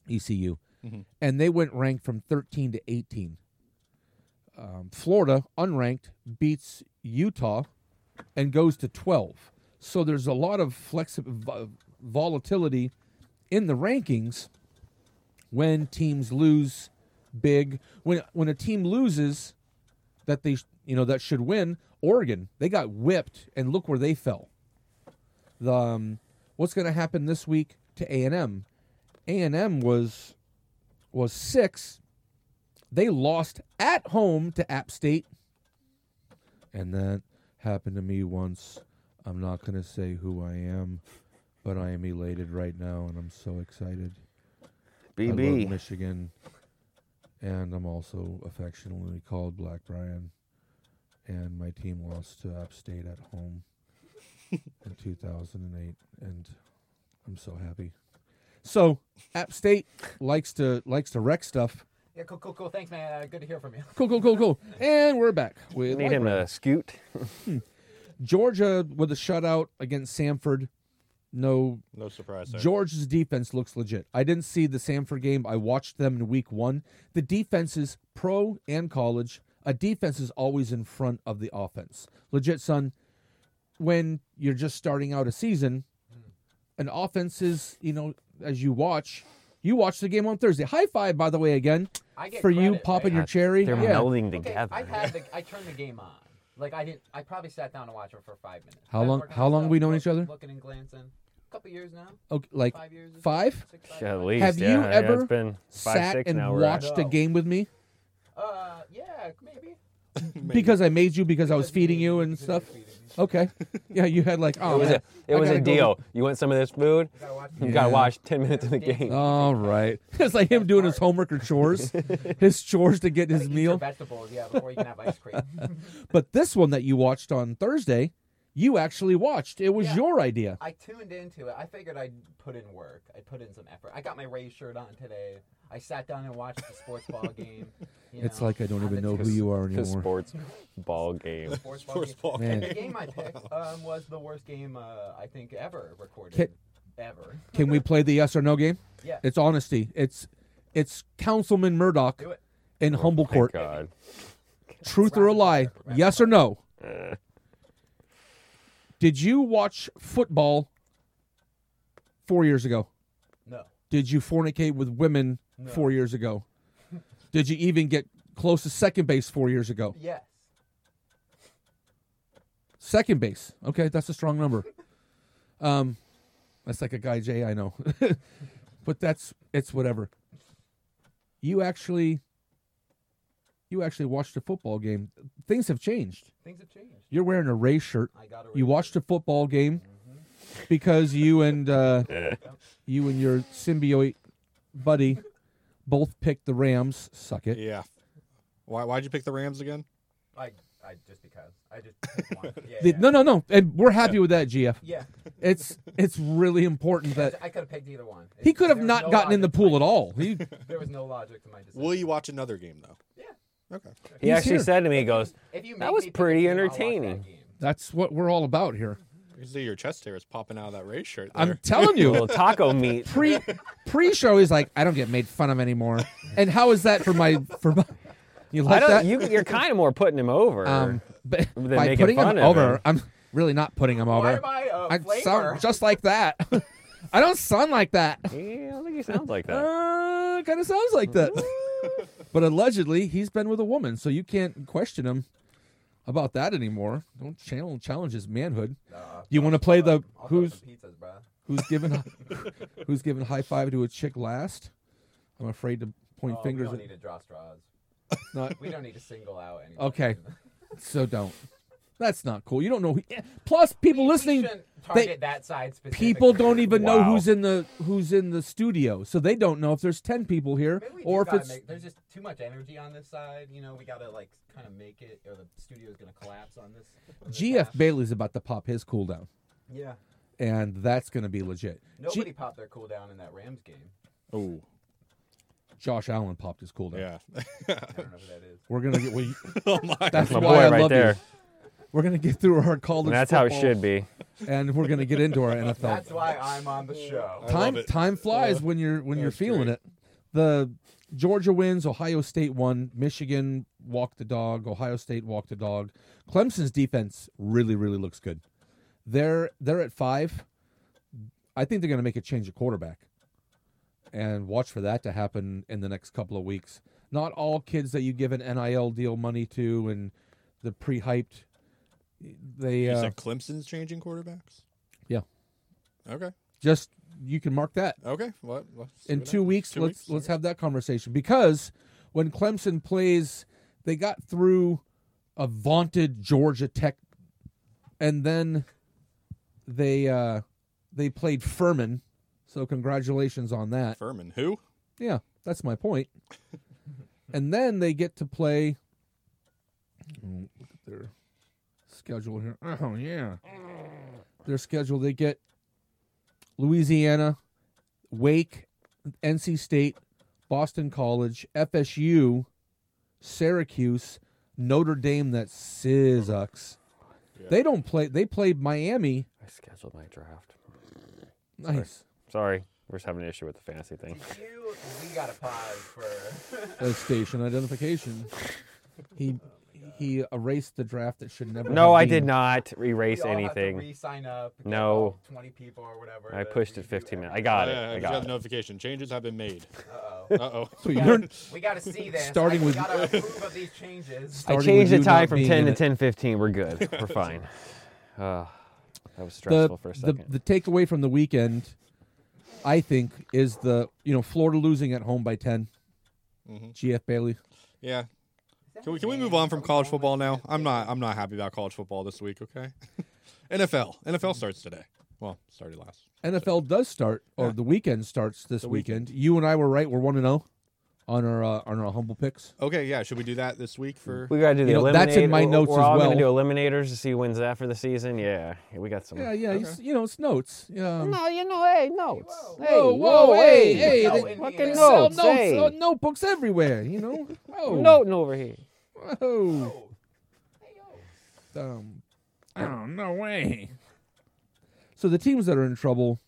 S1: ECU.
S2: Mhm.
S1: And they went ranked from 13 to 18. Um, Florida, unranked, beats Utah and goes to 12. So there's a lot of flexi- volatility in the rankings when teams lose big when when a team loses that they sh- you know that should win Oregon they got whipped and look where they fell the um, what's going to happen this week to A&M A&M was was 6 they lost at home to App State and that happened to me once I'm not going to say who I am but I am elated right now and I'm so excited I love
S5: BB.
S1: Michigan, and I'm also affectionately called Black Brian. And my team lost to App State at home in 2008, and I'm so happy. So App State likes to likes to wreck stuff.
S3: Yeah, cool, cool, cool. Thanks, man. Uh, good to hear from you.
S1: Cool, cool, cool, cool. And we're back with
S5: Need
S1: Black
S5: him to
S1: Brian.
S5: scoot.
S1: Georgia with a shutout against Samford. No
S2: No surprise there.
S1: Georgia's defense looks legit. I didn't see the Samford game. I watched them in week one. The defense is pro and college. A defense is always in front of the offense. Legit, son, when you're just starting out a season, an offense is, you know, as you watch, you watch the game on Thursday. High five, by the way, again,
S3: I get
S1: for you
S3: credit,
S1: popping
S3: right?
S1: your cherry.
S5: They're
S1: yeah.
S5: melding
S3: Okay,
S5: together.
S3: I had the I turned the game on Like I didn't. I probably sat down to watch it for five minutes.
S1: How
S3: I've
S1: long-
S3: worked on
S1: how long
S3: stuff,
S1: we known
S3: look-
S1: each other?
S3: Looking and glancing. A couple years now.
S1: Okay, like
S3: Five years. or
S1: five?
S3: six, five,
S5: Yeah, at
S3: five.
S5: least.
S1: Have you
S5: yeah, yeah,
S1: ever
S5: it's been five,
S1: sat
S5: six
S1: and
S5: now, right?
S1: watched a
S3: No.
S1: game with me
S3: Uh, yeah, maybe.
S1: because I made you because I was
S3: Because
S1: feeding
S3: maybe
S1: you
S3: you
S1: and
S3: could
S1: stuff. Oh.
S3: be feeding me.
S1: Okay, yeah, you had like oh,
S5: It was
S1: man,
S5: a, it
S1: I
S5: was a
S1: gotta go
S5: deal. You want some of this food?
S3: You gotta watch
S5: You
S3: it.
S5: gotta
S1: Yeah.
S5: watch ten minutes of the
S3: Yeah.
S5: game.
S1: All right, it's like him doing his homework or chores, his chores to get
S3: Gotta
S1: his
S3: eat your
S1: meal.
S3: vegetables, yeah, before you can have ice cream.
S1: But this one that you watched on Thursday, you actually watched. It was
S3: Yeah.
S1: your idea.
S3: I tuned into it. I figured I'd put in work. I put in some effort. I got my Rays shirt on today. I sat down and watched the sports ball game. you
S1: It's
S3: know.
S1: like I don't
S3: I've
S1: even
S3: been
S1: know
S3: to
S1: who you are
S5: The
S1: anymore.
S5: sports ball game.
S3: sports ball
S2: Sports
S3: game.
S2: ball
S1: Man.
S3: And the game I picked um, was the worst game uh, I think ever recorded.
S1: Kid-
S3: Ever.
S1: Can we play the yes or no game?
S3: Yeah.
S1: It's honesty. It's it's Councilman Murdoch
S3: Do it.
S1: in humble
S5: Thank
S1: court.
S5: God.
S1: Truth or a
S3: Rapid
S1: lie?
S3: fire, rapid
S1: Yes or no? Did you watch football four years ago?
S3: No.
S1: Did you fornicate with women
S3: No.
S1: four years ago? Did you even get close to second base four years ago?
S3: Yes.
S1: Second base. Okay, that's a strong number. Um, that's like a guy Jay I know, but that's it's whatever. You actually, you actually watched a football game. Things have changed.
S3: Things have changed.
S1: You're wearing a Ray shirt.
S3: I got a
S1: You
S3: Rays
S1: watched a football game because you and uh, you and your symbiote buddy both picked the Rams. Suck it.
S2: Yeah. Why? Why'd you pick the Rams again?
S3: shirt. I, I just because. I just picked one. Yeah.
S1: The-
S3: yeah.
S1: No, no, no. And we're happy with that, GF.
S3: Yeah.
S1: It's it's really important that
S3: I could have picked either one.
S1: He could have
S3: There was
S1: not
S3: no
S1: gotten in the
S3: logic to
S1: pool
S3: my-
S1: at all. He,
S3: There was no logic to my decision.
S2: Will you watch another game though?
S3: Yeah.
S2: Okay.
S5: He
S1: He's
S5: actually
S1: here.
S5: said to me, he goes,
S3: If you
S5: That
S3: make
S5: was
S3: me pick a
S5: pretty
S3: team, I'll watch that
S5: entertaining.
S3: game.
S1: that's what we're all about here.
S2: You can see your chest hair is popping out of that Ray shirt. There.
S1: I'm telling
S5: little
S1: you,
S5: taco meat.
S1: pre pre show he's like, I don't get made fun of anymore. And how is that for my for my? You
S5: I
S1: like
S5: don't,
S1: that?
S5: you, you're kind of more putting him over.
S1: um, but
S5: They're
S1: by
S5: making
S1: putting
S5: fun
S1: him
S5: of
S1: over,
S5: him.
S1: I'm really not putting him over.
S3: Why am I a
S1: I
S3: flamer?
S1: sound just like that. I don't sound like that.
S5: yeah, I don't think he sounds like that.
S1: Uh, kind of sounds like that. but allegedly, he's been with a woman, so you can't question him about that anymore. Don't channel challenge his manhood.
S3: Nah,
S1: You want to play the
S3: I'll throw
S1: who's
S3: some pizzas, Oh, bro?
S1: who's given who's given high five to a chick last? I'm afraid to point
S3: Oh,
S1: fingers
S3: We
S1: at
S3: don't need to draw straws.
S1: not.
S3: We don't need to single out anyone.
S1: Okay, so don't. That's not cool. You don't know. Who, yeah. Plus, people
S3: We
S1: listening,
S3: shouldn't target that side specifically.
S1: people don't even know
S5: Wow.
S1: who's in the who's in the studio, so they don't know if there's ten people here
S3: Maybe we
S1: or
S3: or
S1: if it's
S3: make, there's just too much energy on this side. You know, we gotta like kind of make it, or the studio's gonna collapse on this. on this
S1: GF
S3: half.
S1: Bailey's about to pop his cooldown,
S3: Yeah.
S1: and that's going to be legit. G-
S3: Nobody popped their cooldown in that Rams game.
S2: Oh.
S1: Josh Allen popped his cooldown.
S2: Yeah.
S3: I don't know who that is.
S1: We're gonna get. We,
S2: oh my.
S1: that's
S5: My
S1: why
S5: boy
S1: I
S5: right
S1: love you.
S5: there.
S1: We're gonna get through our college.
S5: And that's how it
S1: football,
S5: should be.
S1: And we're gonna get into our NFL.
S3: That's why I'm on the show.
S2: I
S1: time
S2: love it.
S1: time flies when you're when you're
S2: that's
S1: feeling
S2: great.
S1: it. The Georgia wins, Ohio State won, Michigan walked the dog, Ohio State walked the dog. Clemson's defense really really looks good. They're they're at 5. I think they're going to make a change of quarterback. And watch for that to happen in the next couple of weeks. Not all kids that you give an NIL deal money to and the pre-hyped they
S2: You
S1: uh,
S2: said Clemson's changing quarterbacks.
S1: Yeah.
S2: Okay.
S1: just you can mark that
S2: Okay. What? Well, let's see
S1: in
S2: what
S1: two
S2: happens.
S1: weeks
S2: Two
S1: let's let's have that conversation because when clemson plays they got through a vaunted georgia tech and then they uh they played furman so congratulations on that
S2: Furman. Who?
S1: yeah that's my point and then they get to play oh, look at their schedule here oh yeah their schedule they get Louisiana, Wake, NC State, Boston College, FSU, Syracuse, Notre Dame that sizzucks. They don't play they played Miami.
S5: I scheduled my draft.
S1: Nice.
S5: Sorry. We're just having an issue with the fantasy thing.
S3: You, we gotta pause for.
S1: Uh, station identification. He he erased the draft that should never
S5: No,
S1: have
S5: I
S1: been.
S5: did not erase
S3: we all have to
S5: anything.
S3: re-sign up. get
S5: No.
S3: all Twenty people or whatever.
S5: I
S3: to
S5: pushed it
S3: redo
S5: 15 minutes. I
S3: everything.
S5: got it.
S2: Yeah,
S5: I
S2: Uh, just got
S5: got
S2: a
S5: it.
S2: notification. Changes have been made.
S3: Uh-oh.
S2: Uh oh.
S1: So
S3: We
S1: you're
S3: gotta, we gotta see this.
S1: Starting
S3: I,
S1: with-
S3: we gotta approve of these changes.
S5: I
S1: starting
S5: changed
S1: with
S5: the
S1: you
S5: time
S1: not
S5: from
S1: being
S5: 10
S1: in
S5: to
S1: it.
S5: 10:15. We're good. We're fine. Uh, that was stressful
S1: The,
S5: for a
S1: the
S5: second.
S1: the takeaway from the weekend, I think, is the you know Florida losing at home by 10
S2: Mhm.
S1: GF Bailey.
S2: Yeah. Can we can we move on from college football now? I'm not I'm not happy about college football this week. Okay. NFL NFL starts today. Well, started last.
S1: NFL does start, or
S2: Yeah.
S1: the weekend starts this
S2: weekend.
S1: weekend. You and I were right; we're one and zero on our uh, on our humble picks.
S2: Okay, yeah. Should we do that this week for?
S5: We gotta do the
S1: You know, that's in
S5: eliminator-
S1: my
S5: we're-
S1: notes
S5: We're
S1: as
S5: all gonna do
S1: well.
S5: eliminators to see wins after the season. Yeah, we got some.
S1: Yeah, yeah, it's- you know it's notes. Yeah.
S5: No, you know, hey, notes. Hey,
S1: Whoa, whoa, hey, hey!
S3: no,
S1: they,
S3: in
S5: fucking
S3: the
S1: they
S3: NFL.
S1: sell
S5: notes,
S1: notes,
S5: hey.
S1: uh, notebooks everywhere. You know, oh,
S5: noting over here.
S1: Oh. Um, oh, no way. So the teams that are in trouble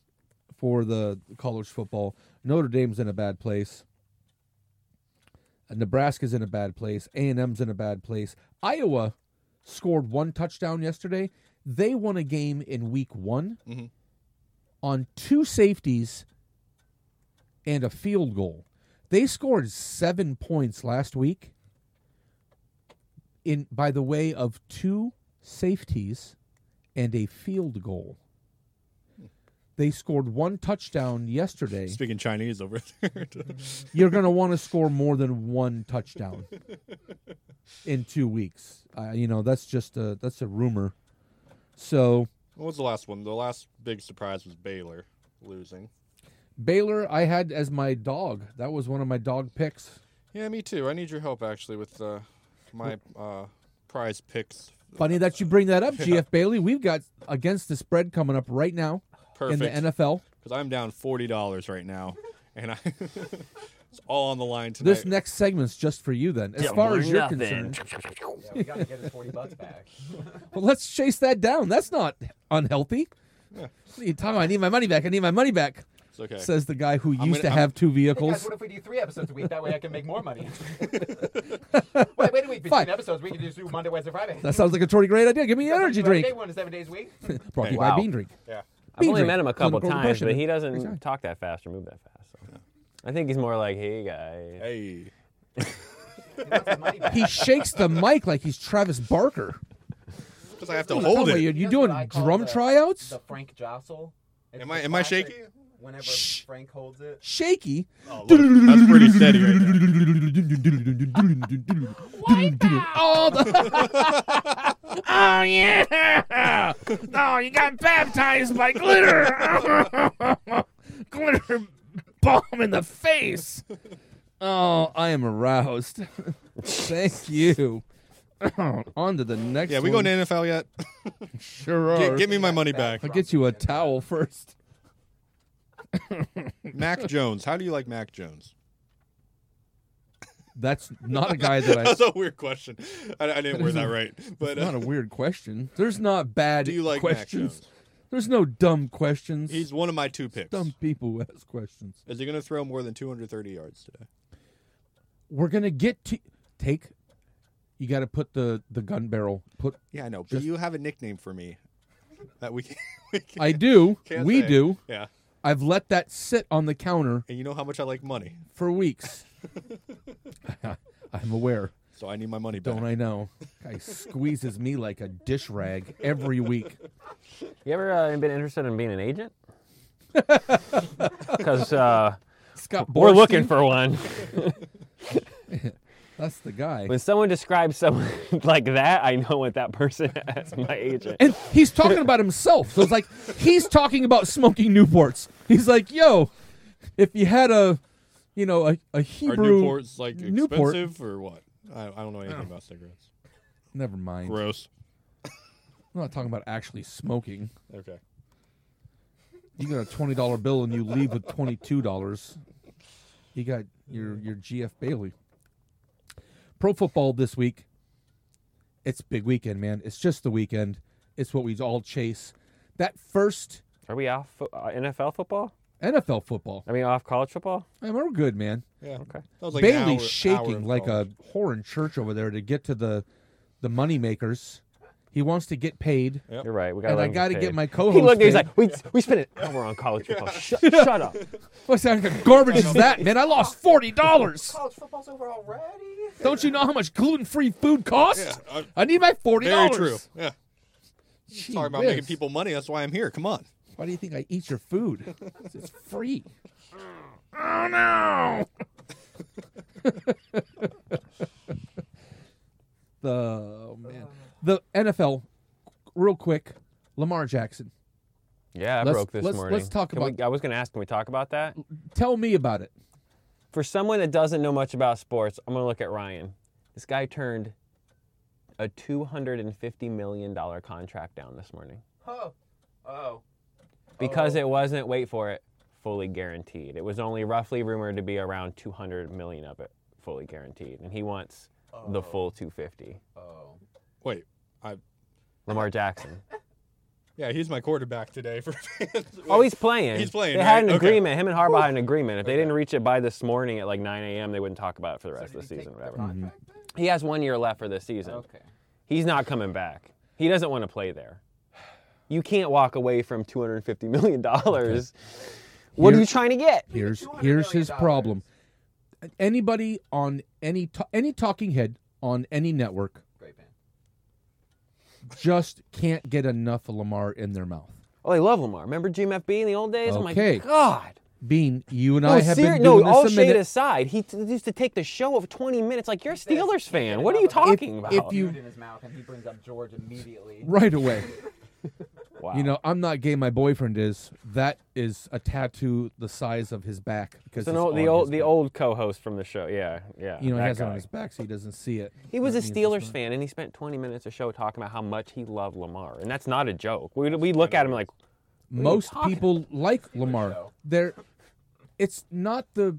S1: for the college football, Notre Dame's in a bad place. Uh, Nebraska's in a bad place. A&M's in a bad place. Iowa scored one touchdown yesterday. They won a game in week one
S2: Mhm.
S1: on two safeties and a field goal. They scored seven points last week in by the way of two safeties and a field goal. They scored one touchdown yesterday.
S2: Speaking Chinese over there.
S1: You're going to want to score more than one touchdown in 2 weeks. Uh, you know, that's just a that's a rumor. So,
S2: what was the last one? The last big surprise was Baylor losing.
S1: Baylor I had as my dog. That was one of my dog picks.
S2: Yeah, me too. I need your help actually with uh, my uh, prize picks.
S1: Funny that you bring that up, GF Bailey. We've got against the spread coming up right now
S2: Perfect.
S1: in the NFL.
S2: because I'm down forty dollars right now, and I it's all on the line tonight.
S1: This next segment's just for you then. As far as you're concerned,
S3: Yeah, we gotta get his 40 bucks back.
S1: Well, let's chase that down. That's not unhealthy. What are you talking about? I need my money back. I need my money back.
S2: it's okay.
S1: Says the guy who used
S2: gonna-
S1: to
S2: I'm-
S1: have two
S3: Hey guys,
S1: vehicles.
S3: what if we do three episodes a week? That way I can make more money. wait, wait a week between
S1: Fine.
S3: episodes. We can just do Monday, Wednesday, Friday.
S1: That sounds like a totally great idea. Give me an energy drink.
S3: Day one to seven days a week.
S1: Brought to you
S5: Wow.
S1: by Bean Drink.
S2: yeah.
S5: I've only
S1: Bean
S5: met him a
S1: drink,
S5: couple
S1: clinical
S5: times, but
S1: depression.
S5: he doesn't
S1: Exactly.
S5: talk that fast or move that fast. so. I think he's more like, hey, guy.
S2: Hey.
S3: He wants his money back.
S1: He shakes the mic like he's Travis Barker.
S2: Because I have to
S1: What the
S2: hold
S1: hell are
S2: it.
S1: You,
S3: He
S1: you
S3: does
S1: doing
S3: what I call
S1: drum
S3: the-
S1: tryouts?
S3: The Frank jostle. It's
S2: Am
S3: the
S2: I- am I
S3: classic
S2: shaky?
S3: Whenever
S1: Shh.
S3: Frank holds it.
S1: Shaky.
S2: Oh, look, that's pretty steady right there.
S1: Oh, the- oh yeah! Oh, you got baptized by glitter, glitter bomb in the face. Oh, I am aroused. Thank you. On to the next.
S2: Yeah, we
S1: one.
S2: going to NFL yet?
S1: Sure
S2: Get,
S1: are.
S2: get me my money back.
S1: I'll get you a towel first.
S2: Mac Jones. How do you like Mac Jones?
S1: That's not a guy that I.
S2: That's a weird question. I, I didn't word that right. But
S1: Not a
S2: uh,
S1: weird question. There's not bad
S2: do you like Mac
S1: questions.
S2: Jones?
S1: There's no dumb questions.
S2: He's one of my two picks.
S1: dumb people who ask questions.
S2: Is he going to throw more than 230 yards today?
S1: We're gonna get to take. You got to put the the gun barrel. Put
S2: Yeah, I know. But you have a nickname for me that we can't. We can't,
S1: I do.
S2: can't
S1: we
S2: say.
S1: do.
S2: Yeah.
S1: I've let that sit on the counter
S2: And you know how much I like money.
S1: for weeks. I'm aware.
S2: So I need my money back.
S1: Don't I know? Guy squeezes me like a dish rag every week.
S5: You ever uh, been interested in being an agent? Because uh,
S1: Scott
S5: we're looking
S1: Borstein,
S5: for one.
S1: That's the guy.
S5: When someone describes someone like that, I know what that person as my agent.
S1: And he's talking about himself. So it's like he's talking about smoking Newports. He's like, yo, if you had a, you know, a, a
S2: Are
S1: Hebrew.
S2: Newport's like
S1: Newport.
S2: expensive or what? I, I don't know anything about cigarettes.
S1: Never mind.
S2: Gross.
S1: I'm not talking about actually smoking.
S2: Okay.
S1: You got a twenty dollar bill and you leave with twenty two dollars. You got your your GF Bailey. Pro football this week. It's big weekend, man. It's just the weekend. It's what we all chase. That first
S5: Are we off fo- uh, NFL football?
S1: NFL football.
S5: I mean, off college football?
S1: Man, we're good, man.
S2: Yeah.
S5: Okay.
S2: That was like an
S1: Bailey's
S2: hour- hour
S1: shaking
S2: of
S1: like
S2: college.
S1: a whore in church over there to get to the the moneymakers. He wants to get paid,
S2: Yep.
S4: You're right. We gotta
S1: and
S4: let
S1: I
S4: him
S1: got to
S4: paid.
S1: get my
S4: He
S1: co-host.
S4: looked. He's
S1: paid.
S4: like, we we spent an hour on college football. Shut, shut up.
S1: "What kind of garbage is that, man? I lost forty dollars.
S3: College Oh, football's over already.
S1: Don't you know how much gluten-free food costs?
S2: Yeah, I-
S1: I need my forty
S2: Very
S1: dollars."
S2: true. Yeah. Talking about making people money. That's why I'm here. Come on.
S1: Why do you think I eat your food? It's free. oh no! the oh, man, the NFL, real quick, Lamar Jackson.
S4: Yeah, I
S1: Let's-
S4: broke this
S1: let's-
S4: morning.
S1: let's talk
S4: Can we-
S1: about-
S4: I was gonna ask. Can we talk about that?
S1: Tell me about it.
S4: For someone that doesn't know much about sports, I'm gonna look at Ryan. This guy turned a 250 million dollar contract down this morning
S3: Oh, oh.
S4: because it wasn't. Wait for it. Fully guaranteed. It was only roughly rumored to be around 200 million of it fully guaranteed, and he wants the full 250.
S3: Oh.
S2: Wait. I
S4: Lamar Jackson.
S2: yeah, he's my quarterback today for
S4: Oh, he's playing.
S2: He's playing,
S4: They had
S2: right?
S4: an
S2: Okay.
S4: agreement. Him and Harbaugh had an agreement. If they didn't reach it by this morning at like 9 a.m., they wouldn't talk about it for the rest of the season, whatever.
S1: Mm-hmm.
S4: He has one year left for this season.
S3: Okay.
S4: He's not coming back. He doesn't want to play there. You can't walk away from 250 million dollars. What are
S1: Here-
S4: you trying to get?
S1: Here's
S3: $200
S1: here's his
S3: million.
S1: problem. Anybody on any to- any talking head on any network
S3: Great band.
S1: just can't get enough of Lamar in their mouth.
S4: Oh, they love Lamar. Remember GMFB in the old days?
S1: Okay.
S4: I'm like, God.
S1: Bean, you and
S4: No,
S1: I have
S4: seri-
S1: been
S4: no,
S1: doing
S4: all
S1: this a
S4: shade
S1: minute.
S4: aside, he t- used to take the show of 20 minutes. Like, you're a
S3: says,
S4: Steelers fan.
S3: "Get
S4: What are you
S3: another one."
S4: talking about?
S1: If you-
S3: Food in his mouth, and he brings up George immediately.
S1: right away.
S4: wow.
S1: You know, I'm not gay. My boyfriend is. That is a tattoo the size of his back because
S4: So
S1: it's
S4: no,
S1: on
S4: the old
S1: his
S4: the
S1: back.
S4: old co-host from the show, yeah, yeah.
S1: You know, he
S4: that
S1: has it
S4: guy.
S1: on his back, so he doesn't see it.
S4: He was a
S1: That means it's
S4: Steelers
S1: not-
S4: fan, and he spent 20 minutes of show talking about how much he loved Lamar, and that's not a joke. We, we look at him like, you
S1: Most
S4: talking
S1: people like Lamar.
S3: though.
S1: They're, it's not the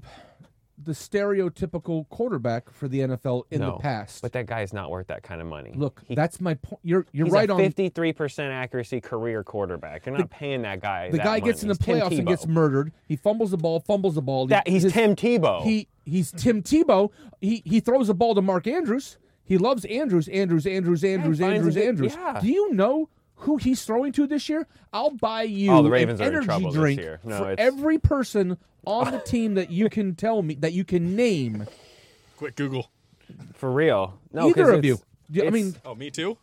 S1: the stereotypical quarterback for the NFL in
S4: no,
S1: the past.
S4: but that guy is not worth that kind of money.
S1: Look,
S4: He-
S1: that's my point. You're you're
S4: he's
S1: right
S4: a
S1: on.
S4: 53% accuracy career quarterback. You're not paying that guy.
S1: The
S4: that
S1: guy gets in
S4: money.
S1: the
S4: He's Tim
S1: playoffs and
S4: Tebow.
S1: gets murdered. He fumbles the ball, fumbles the ball.
S4: That
S1: He-
S4: he's
S1: his-
S4: Tim Tebow.
S1: He he's Tim Tebow. He he throws a ball to Mark Andrews. He loves Andrews, Andrews, Andrews, Andrews,
S4: finds a
S1: Andrews,
S4: good-
S1: Andrews.
S4: yeah.
S1: Do you know who he's throwing to this year? I'll buy you
S4: Oh, the Ravens
S1: an
S4: are in
S1: energy
S4: trouble this
S1: drink
S4: year. No,
S1: for
S4: it's-
S1: every person on the team that you can tell me that you can name.
S2: Quick Google.
S4: for real. No,
S1: Either
S4: 'cause
S1: of you.
S4: it's-
S1: Yeah, I
S4: it's-
S1: mean,
S2: Oh, me too?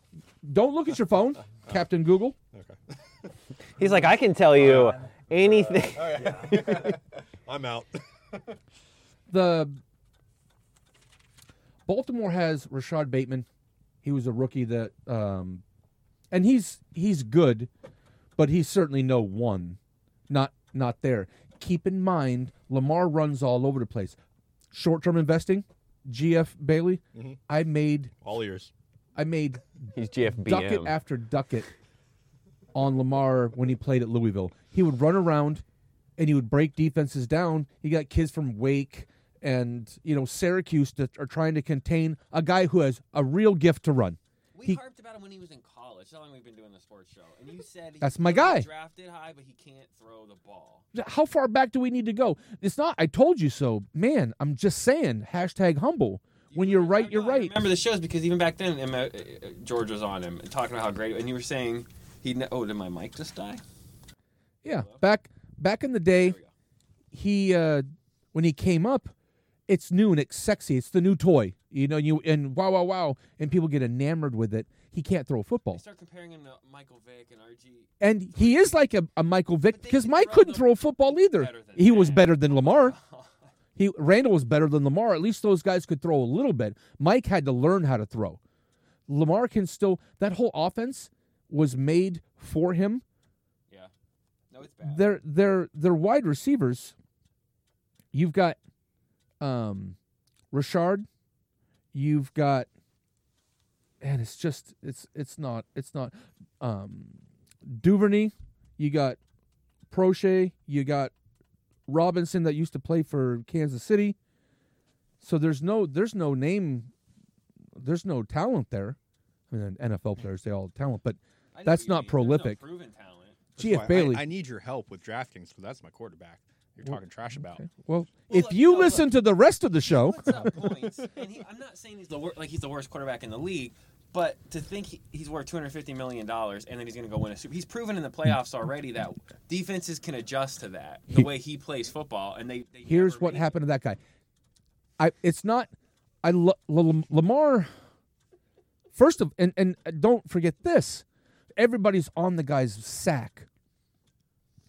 S1: don't look at your phone, Captain Google.
S4: he's like, I can tell you anything.
S2: I'm out.
S1: The Baltimore has Rashad Bateman. He was a rookie that, um, and he's he's good, but he's certainly no one. Not not there. Keep in mind, Lamar runs all over the place. Short term investing, GF Bailey. I made
S2: All ears.
S1: I made
S4: He's GFBM.
S1: ducket after ducket on Lamar when he played at Louisville. He would run around and he would break defenses down. He got kids from Wake and you know Syracuse that are trying to contain a guy who has a real gift to run.
S8: We
S1: He-
S8: harped about him when he was in college. That's how long we've been doing the sports show. And you said he
S1: That's my
S8: could get
S1: guy.
S8: Drafted high, but he can't throw the ball.
S1: How far back do we need to go? It's not. I told you so, man. I'm just saying. Hashtag humble. When you're right, you're
S8: I
S1: right.
S8: remember the shows because even back then, Emma, uh, uh, George was on him and talking about how great. And you were saying he. Ne- oh, did my mic just die?
S1: Yeah, back back in the day, he uh when he came up, it's new and it's sexy. It's the new toy, you know. You and wow, wow, wow, and people get enamored with it. He can't throw a
S8: They
S1: football,
S8: start comparing him to Michael Vick and RG.
S1: and he is like a, a Michael Vick
S8: But they
S1: because
S8: can
S1: Mike
S8: throw
S1: couldn't
S8: the-
S1: throw a football either.
S8: better than
S1: He was
S8: that.
S1: better than Lamar. He Randall was better than Lamar. At least those guys could throw a little bit. Mike had to learn how to throw. Lamar can still. That whole offense was made for him.
S8: Yeah. No, it's bad.
S1: they're they're they're wide receivers. You've got um Richard, you've got and it's just it's it's not it's not um Duvernay, you got Prochet, you got Robinson that used to play for Kansas City. So there's no there's no name there's no talent there. I mean NFL players they all have talent, but
S8: I know
S1: that's
S8: what you
S1: not
S8: mean. There's
S1: prolific.
S8: No proven talent.
S2: That's why
S1: GF Bailey.
S2: I, I need your help with DraftKings, but that's my quarterback. You're talking trash about.
S1: Well,
S8: Well,
S1: if
S8: look,
S1: you
S8: no,
S1: listen to the rest of the show,
S8: puts up points, and he, I'm not saying he's the wor- like he's the worst quarterback in the league,
S4: But to think he, he's worth 250 million dollars and then he's going to go win a super. He's proven in the playoffs already that defenses can adjust to that the way he plays football and they. they
S1: Here's
S4: never
S1: what
S4: really-
S1: happened to that guy. I it's not I lo- L- Lamar first of and and don't forget this. Everybody's on the guy's sack.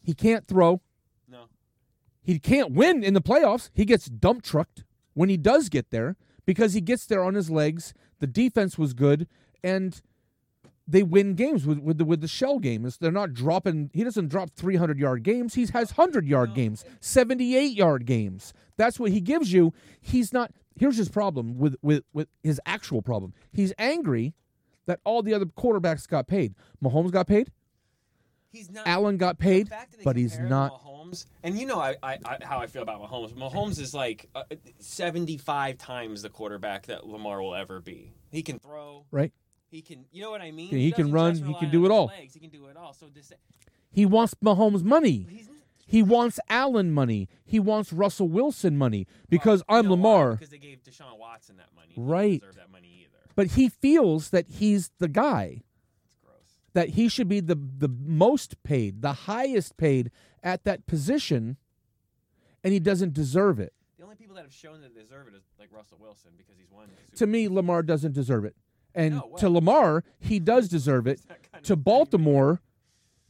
S1: He can't throw.
S4: No.
S1: He can't win in the playoffs. He gets dump trucked when he does get there because he gets there on his legs. The defense was good and they win games with, with the with the shell game. It's- They're not dropping. He doesn't drop 300 yard games. He has 100 yard games, 78 yard games. That's what he gives you. He's not. Here's his problem with with with his actual problem. He's angry that all the other quarterbacks got paid. Mahomes got paid.
S4: He's not.
S1: Allen got
S4: Uh, The
S1: paid,
S4: fact that they
S1: but he's
S4: compare him to
S1: not.
S4: Mahomes, and you know I, I, I, how I feel about Mahomes. Mahomes is like uh, 75 times the quarterback that Lamar will ever be. He can throw.
S1: Right.
S4: He can. You know what I mean?
S1: Yeah, he can
S4: doesn't
S1: run,
S4: just
S1: he
S4: rely
S1: can
S4: on
S1: do it
S4: his
S1: all.
S4: Legs. He can do it all. So this,
S1: He wants Mahomes money.
S4: he's not-
S1: He wants Allen money. He wants Russell Wilson money because
S4: well, you
S1: I'm
S4: know why?
S1: Lamar.
S4: Because they gave Deshaun Watson that money. He didn't
S1: Right.
S4: deserve that money either.
S1: But he feels that he's the guy.
S4: It's gross.
S1: that he should be the the most paid, the highest paid at that position, and he doesn't deserve it.
S4: The only people that have shown that they deserve it is like Russell Wilson because he's won. the
S1: To
S4: Super
S1: me, Lamar doesn't deserve it, and
S4: No way.
S1: to Lamar, he does deserve it.
S4: Bowl. That kind of
S1: To
S4: thing.
S1: Baltimore,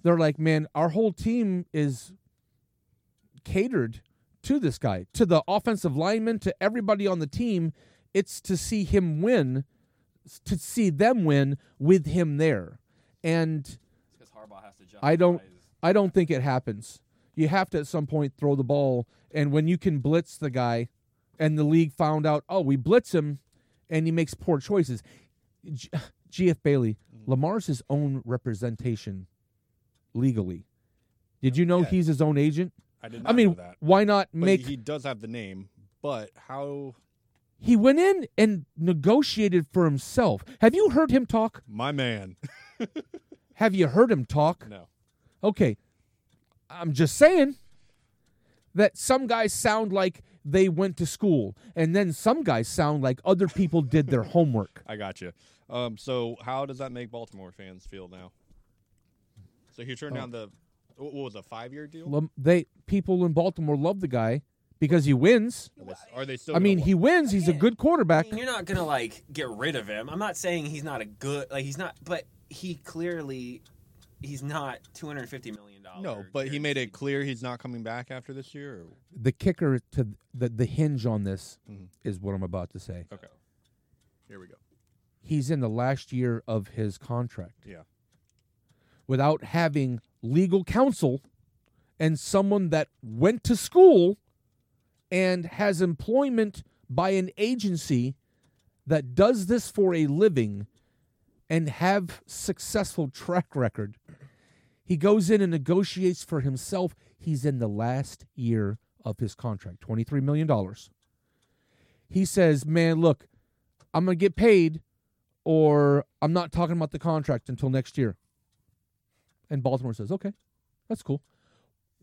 S1: they're like, man, our whole team is catered to this guy, to the offensive lineman, to everybody on the team. It's to see him win, to see them win with him there, and.
S4: It's 'cause Harbaugh has to justify.
S1: I don't-
S4: his-
S1: I don't think it happens. You have to at some point throw the ball, and when you can blitz the guy, and the league found out, oh, we blitz him, and he makes poor choices. G- G.F. Bailey,
S2: Mm.
S1: Lamar's his own representation legally. Did you know
S2: Yeah.
S1: he's his own agent?
S2: I did
S1: I
S2: not know
S1: mean,
S2: that.
S1: why not
S2: But
S1: make
S2: he does have the name, but how
S1: he went in and negotiated for himself? Have you heard him talk?
S2: my man?
S1: Have you heard him talk?
S2: No,
S1: Okay. I'm just saying that some guys sound like they went to school, and then some guys sound like other people did their homework.
S2: I got you. Um, so how does that make Baltimore fans feel now? So he
S1: Oh.
S2: turned down the what what was a five year deal?
S1: Lam- They people in Baltimore love the guy because he wins.
S2: Are they, are they still?
S1: I
S2: gonna
S1: mean,
S2: wa-
S1: he wins. He's a good
S4: I
S1: quarterback.
S4: mean, you're not gonna like get rid of him. I'm not saying he's not a good like he's not, but he clearly he's not 250 million dollars.
S2: no, but he made it clear he's not coming back after this year. Or?
S1: The kicker to the the hinge on this is what I'm about to say.
S2: Okay, here we go.
S1: He's in the last year of his contract.
S2: Yeah.
S1: without having legal counsel and someone that went to school and has employment by an agency that does this for a living and have successful track record he goes in and negotiates for himself he's in the last year of his contract 23 million dollars he says man look i'm going to get paid or i'm not talking about the contract until next year and Baltimore says, okay, that's cool.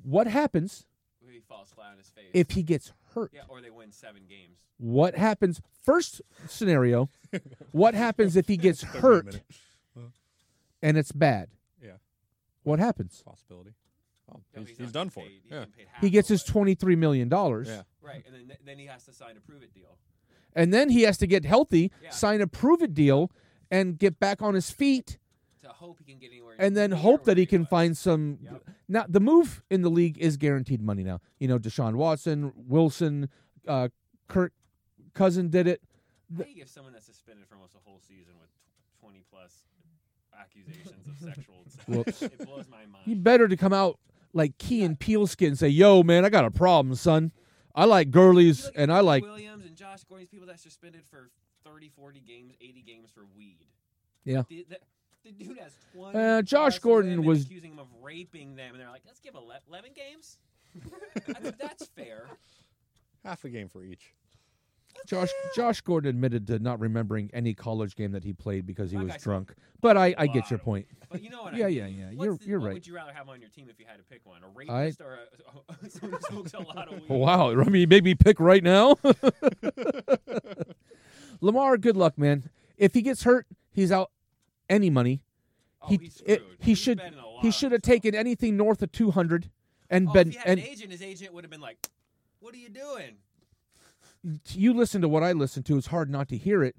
S1: What happens
S4: He falls flat on his face.
S1: if he gets hurt?
S4: yeah, or they win seven games.
S1: What happens? First scenario, what happens if he gets hurt
S2: minute.
S1: and it's bad?
S2: Yeah.
S1: What happens?
S2: Possibility. Oh,
S4: No,
S2: he's, he's,
S4: not
S2: done
S4: getting
S2: for.
S4: paid. He's
S2: Yeah.
S4: getting paid
S1: He
S4: half
S1: gets
S4: of
S1: his
S4: it.
S1: $23 million.
S2: Yeah.
S4: right, and then then he has to sign a prove it deal.
S1: And then he has to get healthy,
S4: Yeah.
S1: sign a prove it deal, and get back on his feet.
S4: to hope he can get anywhere.
S1: and then
S4: near
S1: hope
S4: where
S1: that he can
S4: was.
S1: find some.
S4: Yep.
S1: Now the move in the league is guaranteed money. Now you know Deshaun Watson, Wilson, uh, Kirk Cousin did it.
S4: How do you give someone that's suspended for almost a whole season with tw- twenty plus accusations of sexual?
S1: Whoops.
S4: it blows my mind.
S1: You better to come out like Key and Peel skin and say, "Yo, man, I got a problem, son. I like
S4: You
S1: girlies
S4: look at
S1: and I
S4: Mike
S1: like
S4: Williams and Josh Gordon, these people that suspended for 30, 40 games, 80 games for weed.
S1: Yeah.
S4: The, the, the dude has 20.
S1: Uh, Josh
S4: plus
S1: Gordon
S4: women
S1: was-
S4: accusing him of raping them, and they're like, let's give ele- 11 games? that's, that's fair.
S2: Half a game for each.
S1: Josh." Josh Gordon admitted to not remembering any college game that he played because he
S4: My
S1: was
S4: guy's-
S1: drunk. But I, I get your point.
S4: But you know what
S1: Yeah,
S4: I mean.
S1: yeah, yeah.
S4: What's
S1: You're-
S4: the-
S1: you're
S4: what
S1: right.
S4: would you rather have on your team if you had to pick one? A rapist or a, someone who smokes a lot of weed?
S1: Wow, I mean, you made me pick right now. Lamar, good luck, man. If he gets hurt, He's out any money.
S4: Oh,
S1: he
S4: he's
S1: it-
S4: screwed.
S1: he
S4: He's
S1: should
S4: betting a lot
S1: he
S4: on
S1: should have
S4: himself.
S1: taken anything north of 200 and
S4: Oh,
S1: been
S4: if he had
S1: and
S4: an agent, his agent would have been like, "What are you doing?"
S1: you listen to what I listen to, it's hard not to hear it.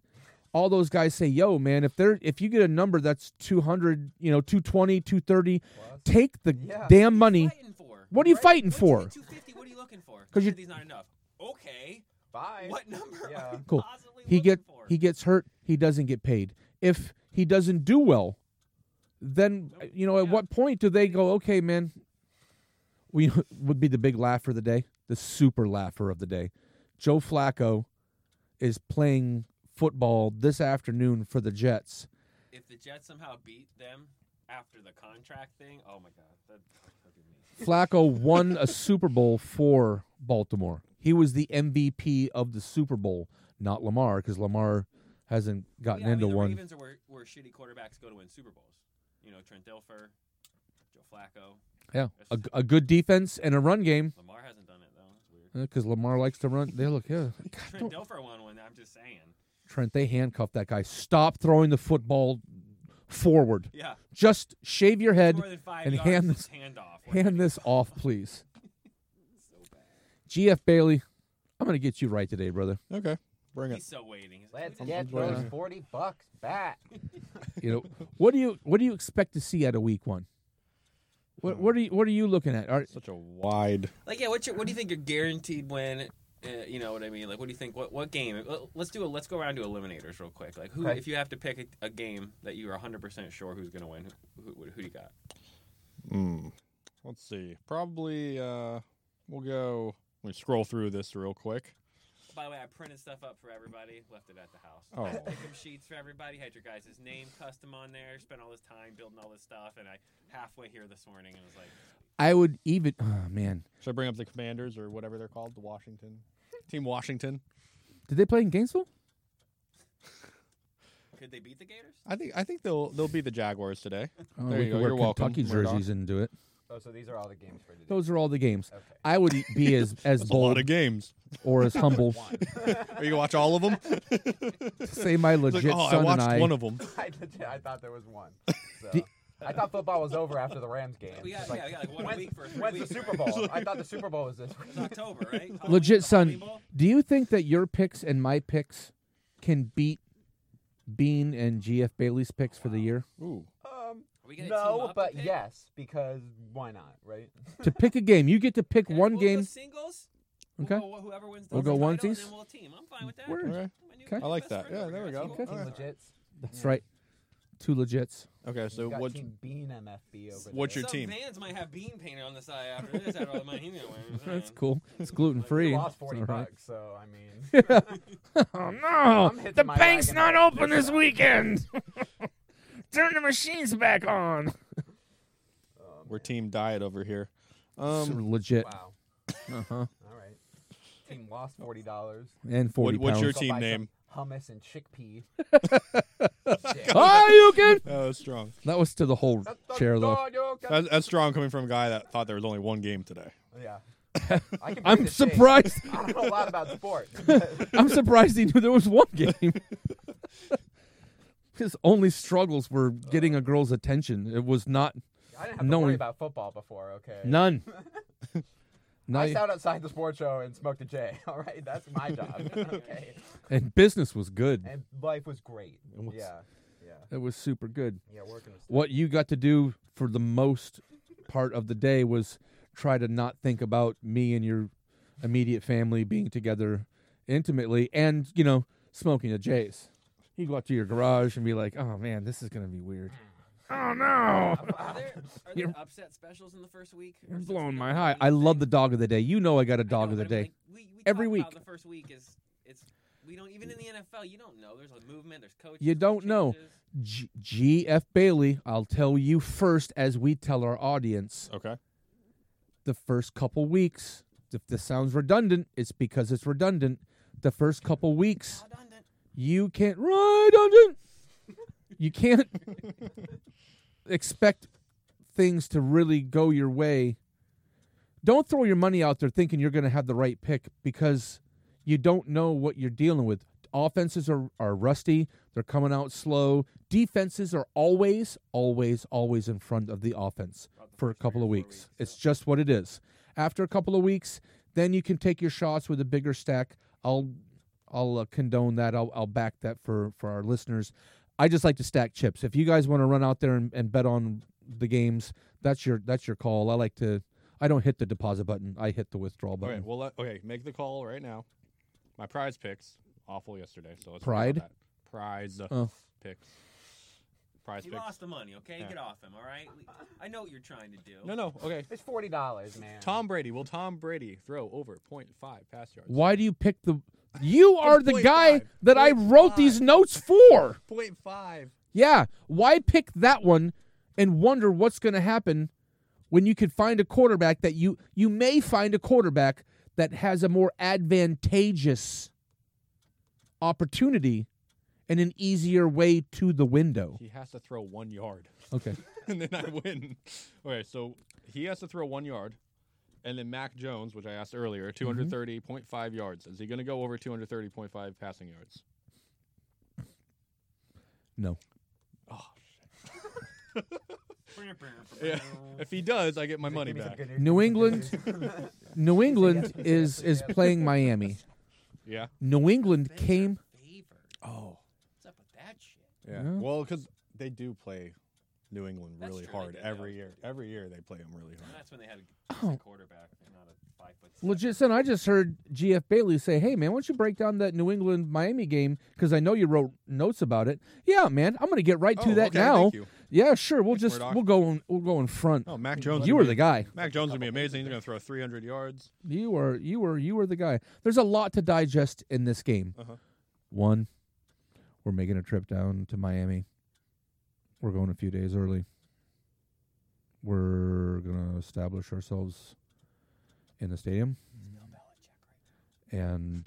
S1: All those guys say, "Yo, man, if they're if you get a number that's 200, you know, 220, 230, take the
S3: Yeah.
S1: damn money.
S4: Fighting for.
S1: What are you
S3: Right.
S1: fighting
S4: What did you
S1: for?"
S4: get, 250. What are you looking for?
S1: 'Cause you-
S4: 250 is not enough. Okay.
S3: Bye.
S4: What number?
S3: Yeah.
S4: Are you
S1: Cool.
S4: possibly
S1: He
S4: looking
S1: get
S4: for?
S1: he gets hurt, he doesn't get paid. If he doesn't do well, then you know, at
S4: Yeah.
S1: what point do they go, "Okay, man, we would be the big laugher of the day, the super laugher of the day. Joe Flacco is playing football this afternoon for the Jets.
S4: If the Jets somehow beat them after the contract thing, oh my god, that that'd be me.
S1: Flacco won a Super Bowl for Baltimore. He was the MVP of the Super Bowl, not Lamar, because Lamar hasn't gotten
S4: Yeah, I mean,
S1: into
S4: the
S1: one.
S4: Ravens are where, where shitty quarterbacks go to win Super Bowls. You know, Trent Dilfer, Joe Flacco.
S1: Yeah, a, g- a good defense and a run game,
S4: Lamar hasn't done it though. It's weird.
S1: because Lamar likes to run. They look, yeah. God,
S4: Trent
S1: Uh, don't-
S4: Dilfer won one. I'm just saying.
S1: Trent, they handcuffed that guy. Stop throwing the football forward.
S4: Yeah.
S1: Just shave your head.
S4: More than five
S1: and
S4: yards
S1: hand
S4: is handoff. What
S1: Hand
S4: the-
S1: this off, please.
S4: so bad.
S1: GF Bailey, I'm gonna get you right today, brother.
S2: Okay, bring
S4: He's
S2: it.
S4: so waiting. He's like,
S3: Let's
S4: "We didn't
S3: get
S2: enjoying
S3: those
S2: it.
S3: forty bucks back.
S1: You know, what do you what do you expect to see out of week one? What what are you what are you looking at? Are,
S2: Such a wide.
S4: Like, yeah, what's your, what do you think your guaranteed win? Uh, you know what I mean? Like, what do you think? What what game? Well, Let's do a let's go around to eliminators real quick. Like, who
S3: Okay.
S4: if you have to pick a, a game that you are 100 percent sure who's gonna win, who, who, who do you got?
S2: Mm. Let's see. Probably uh, we'll go. Let me scroll through this real quick.
S4: By the way, I printed stuff up for everybody, left it at the house.
S2: Oh.
S4: Pick'em sheets for everybody. Had your guys' name custom on there. Spent all this time building all this stuff, and I halfway here this morning and was like,
S1: I would even. Oh man,
S2: Should I bring up the Commanders or whatever they're called? The Washington team, Washington.
S1: did they play in Gainesville?
S4: could they beat the Gators?
S2: I think I think they'll they'll be the Jaguars today.
S1: Oh,
S2: There
S1: we
S2: you
S1: could
S2: go.
S1: wear
S2: You're welcome,
S1: Kentucky
S2: Murdoch.
S1: jerseys and do it.
S3: Oh, so these are all the games for today.
S1: Those are all the games.
S3: Okay.
S1: I would e- be as as
S2: That's a lot
S1: bold
S2: of games.
S1: or as humble.
S2: Are you gonna watch all of them?
S1: Say my legit
S2: oh, I
S1: son and
S2: watched
S1: I.
S2: one of them.
S3: I, legit, I thought there was one. So. I thought football was over after the Rams game.
S4: We got,
S3: It's like,
S4: yeah, we got like one
S3: when's,
S4: week for three
S3: when's the
S4: weeks,
S3: Super
S4: right?
S3: Bowl? I thought the Super Bowl was this
S4: It
S3: week.
S4: was October, right? Halloween,
S1: legit
S4: the
S1: son,
S4: Halloween Bowl?
S1: do you think that your picks and my picks can beat Bean and GF Bailey's picks for the year?
S2: Ooh,
S3: Um,
S4: Are we gonna team
S3: no,
S4: up
S3: but
S4: and pick?
S3: yes, because why not, right?
S1: to pick a game, you get to pick
S4: Okay,
S1: one
S4: we'll
S1: game.
S4: Go singles.
S1: Okay.
S4: We'll go, wh- whoever wins the
S1: We'll go
S4: title, and
S1: onesies.
S4: then we'll team. I'm fine with that.
S1: Word.
S2: okay.
S4: My new
S1: Okay.
S4: best
S2: I like that.
S4: friend
S2: Yeah,
S4: over
S2: there
S4: here.
S2: we
S4: That's
S2: go.
S4: cool.
S3: Team
S2: Alright.
S3: Legits.
S1: That's right. Two legits.
S2: Okay, so
S3: We've got
S2: what?
S3: Team Bean MFB over
S2: what's
S3: there.
S2: your
S4: Some
S2: team?
S4: Vans might have bean painter on the side after this. After all the money. You know what I'm
S1: That's
S4: saying.
S1: cool. It's gluten free.
S3: We lost forty bucks, so I mean,
S1: Oh no!
S3: I'm hitting The my bank's wagon not right open now. this
S1: weekend. Turn the machines back on.
S2: We're team diet over here.
S1: Um,
S2: Um,
S1: legit.
S3: wow.
S1: Uh huh.
S3: All right. Team lost forty dollars.
S1: And
S2: what,
S1: forty
S2: what's
S1: pounds.
S2: your team
S3: buy some
S2: name?
S3: Hummus and chickpea.
S1: oh, you can.
S2: Oh, that's strong.
S1: That was to the whole chair though.
S2: That's, that's strong coming from a guy that thought there was only one game today.
S3: Yeah. I can bring
S1: I'm
S3: the shakes.
S1: surprised.
S3: I don't know a lot about sports. but
S1: I'm surprised he knew there was one game. His only struggles were getting a girl's attention. It was not
S3: I didn't have to
S1: No one-
S3: worry about football before, okay?
S1: none.
S3: I
S1: Not,
S3: sat outside the sports show and smoked a J. All right, that's my job. okay,
S1: and business was good.
S3: and life was great.
S1: was-
S3: Yeah, yeah,
S1: It was super good.
S3: yeah. Working. with-
S1: What you got to do for the most part of the day was try to not think about me and your immediate family being together intimately and, you know, smoking a J's. You go out to your garage and be like, oh man, this is going to be weird. Oh no.
S4: Are there, are
S1: You're-
S4: there upset specials in the first week? Or
S1: You're
S4: is it
S1: blowing
S4: something
S1: my
S4: that
S1: high.
S4: we
S1: I love
S4: think-
S1: the dog of the day. You know I got a
S4: I
S1: dog
S4: know,
S1: of the
S4: but
S1: day.
S4: I'm like, we, we
S1: Every
S4: talk about
S1: week.
S4: the first week is it's we don't even in the NFL. You don't know. There's a movement. There's coaches.
S1: You
S4: there's
S1: don't know.
S4: changes.
S1: G- G.F. Bailey, I'll tell you first as we tell our audience.
S2: Okay.
S1: the first couple weeks. If this sounds redundant, it's because it's redundant. The first couple weeks,
S4: Redundant.
S1: you can't redundant. You can't expect things to really go your way. Don't throw your money out there thinking you're going to have the right pick because you don't know what you're dealing with. offenses are, are rusty. They're coming out slow. Defenses are always, always, always in front of the offense for a couple of weeks. It's just what it is. After a couple of weeks, then you can take your shots with a bigger stack. I'll I'll uh, condone that. I'll, I'll back that for for our listeners. I just like to stack chips. If you guys want to run out there and, and bet on the games, that's your that's your call. I like to. I don't hit the deposit button. I hit the withdrawal
S2: Okay,
S1: button.
S2: well, let, okay, make the call right now. My prize picks awful yesterday, so let's
S1: Pride?
S2: That. Prize
S1: Oh.
S2: picks. Prize
S4: He
S2: picks.
S4: lost the money, okay? Get off him, all right? I know what you're trying to do.
S2: No, no. Okay.
S3: It's forty dollars, man.
S2: Tom Brady. Will Tom Brady throw over 0.5 pass yards?
S1: Why do you pick the? You are the guy
S2: 0.5.
S1: that I wrote these notes for.
S2: 0.5.
S1: Yeah. Why pick that one and wonder what's going to happen when you could find a quarterback that you you may find a quarterback that has a more advantageous opportunity and an easier way to the window.
S2: He has to throw one yard,
S1: Okay.
S2: and then I win. Okay, so he has to throw one yard, and then Mac Jones, which I asked earlier, 230.5 yards. Is he going to go over 230.5 passing yards?
S1: No.
S2: Yeah. If he does, I get my money
S3: Give me some
S2: back.
S3: good news.
S1: New England New England is is playing Miami.
S2: Yeah.
S1: New England came
S4: Oh. What's up with that shit?
S2: Yeah.
S1: Yeah.
S2: Well, because they do play New England
S4: That's
S2: really
S4: true, they
S2: hard
S4: do. They
S2: every
S4: always
S2: year. Every year they play them really hard.
S4: That's when they had a decent quarterback and not a five foot.
S1: Oh. legit son. I just heard GF Bailey say, "Hey man, why don't you break down that New England Miami game cuz I know you wrote notes about it." Yeah, man. I'm going to get right to
S2: Oh,
S1: that
S2: okay,
S1: now.
S2: thank you.
S1: Yeah, sure. We'll
S2: Thanks,
S1: just
S2: Murdoch.
S1: we'll go in, we'll go in front.
S2: Oh, Mac Jones.
S1: you
S2: would
S1: were
S2: be-
S1: the guy.
S2: Mac Jones is gonna be amazing. He's gonna throw 300 yards.
S1: You were you were you were the guy. There's a lot to digest in this game.
S2: Uh-huh.
S1: One, we're making a trip down to Miami. We're going a few days early. We're gonna establish ourselves in the stadium, and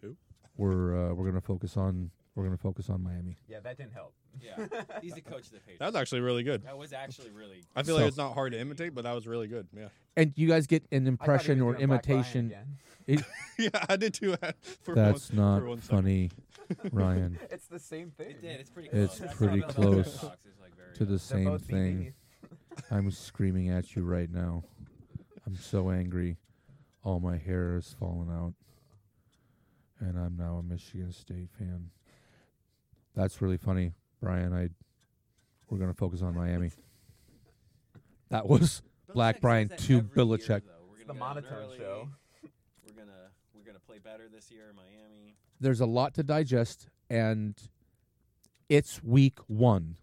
S2: Who?
S1: we're uh, we're gonna focus on we're gonna focus on Miami.
S3: Yeah, that didn't help.
S4: Yeah. He's the coach of the Patriots.
S2: That was actually really good.
S4: That was actually really.
S2: I feel
S1: So-
S2: like it's not hard to imitate, but that was really good. Yeah.
S1: And you guys get an
S3: I thought he was
S1: impression or
S3: doing Black Lion
S1: imitation.
S3: again.
S1: It-
S2: yeah, I did too. for
S1: that's
S2: one-
S1: not
S2: for one second.
S1: funny, Ryan.
S3: It's the same thing.
S4: It did. It's pretty close.
S1: It's
S4: That's
S1: pretty
S4: how Bill Belichick
S1: close
S4: talks, is like very,
S1: To
S4: uh,
S1: the
S3: They're
S1: same
S3: both
S1: thing.
S3: BBs.
S1: I'm screaming at you right now. I'm so angry. All my hair is falling out. And I'm now a Michigan State fan. That's really funny, Brian. I we're gonna focus on Miami. That was Black
S4: Belichick
S1: Brian
S4: says that
S1: to
S4: every year,
S1: Belichick.
S4: though. We're gonna
S3: The
S4: go down
S3: monotone
S4: early.
S3: show.
S4: We're gonna we're gonna play better this year in Miami.
S1: There's a lot to digest and it's week one.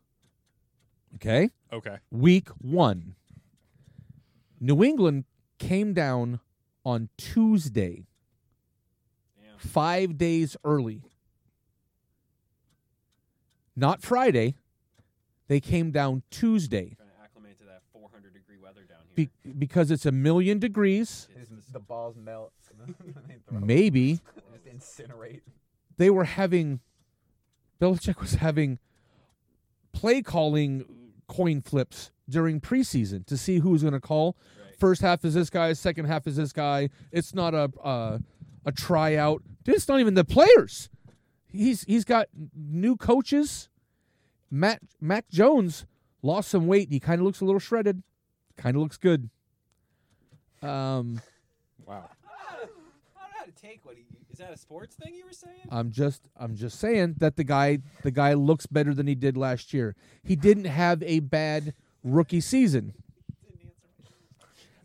S1: Okay?
S2: Okay.
S1: week one, New England came down on Tuesday,
S4: Damn.
S1: five days early. Not Friday. They came down Tuesday
S4: Trying to acclimate to that 400 degree weather down here.
S1: be- because it's a million degrees.
S4: It's
S3: His-
S4: dis-
S3: the balls melt. They throw
S1: Mm.
S3: them.
S1: Maybe
S3: Just incinerate.
S1: they were having, Belichick was having play calling coin flips during preseason to see who's going to call.
S4: Right.
S1: First half is this guy, second half is this guy. It's not a uh, a tryout. Dude, It's not even the players. He's he's got new coaches. Matt Mac Jones lost some weight. He kind of looks a little shredded. Kind of looks good. Um,
S2: Wow.
S4: I don't know how to take what he is that a sports thing you were saying?
S1: I'm just I'm just saying that the guy the guy looks better than he did last year. He didn't have a bad rookie season.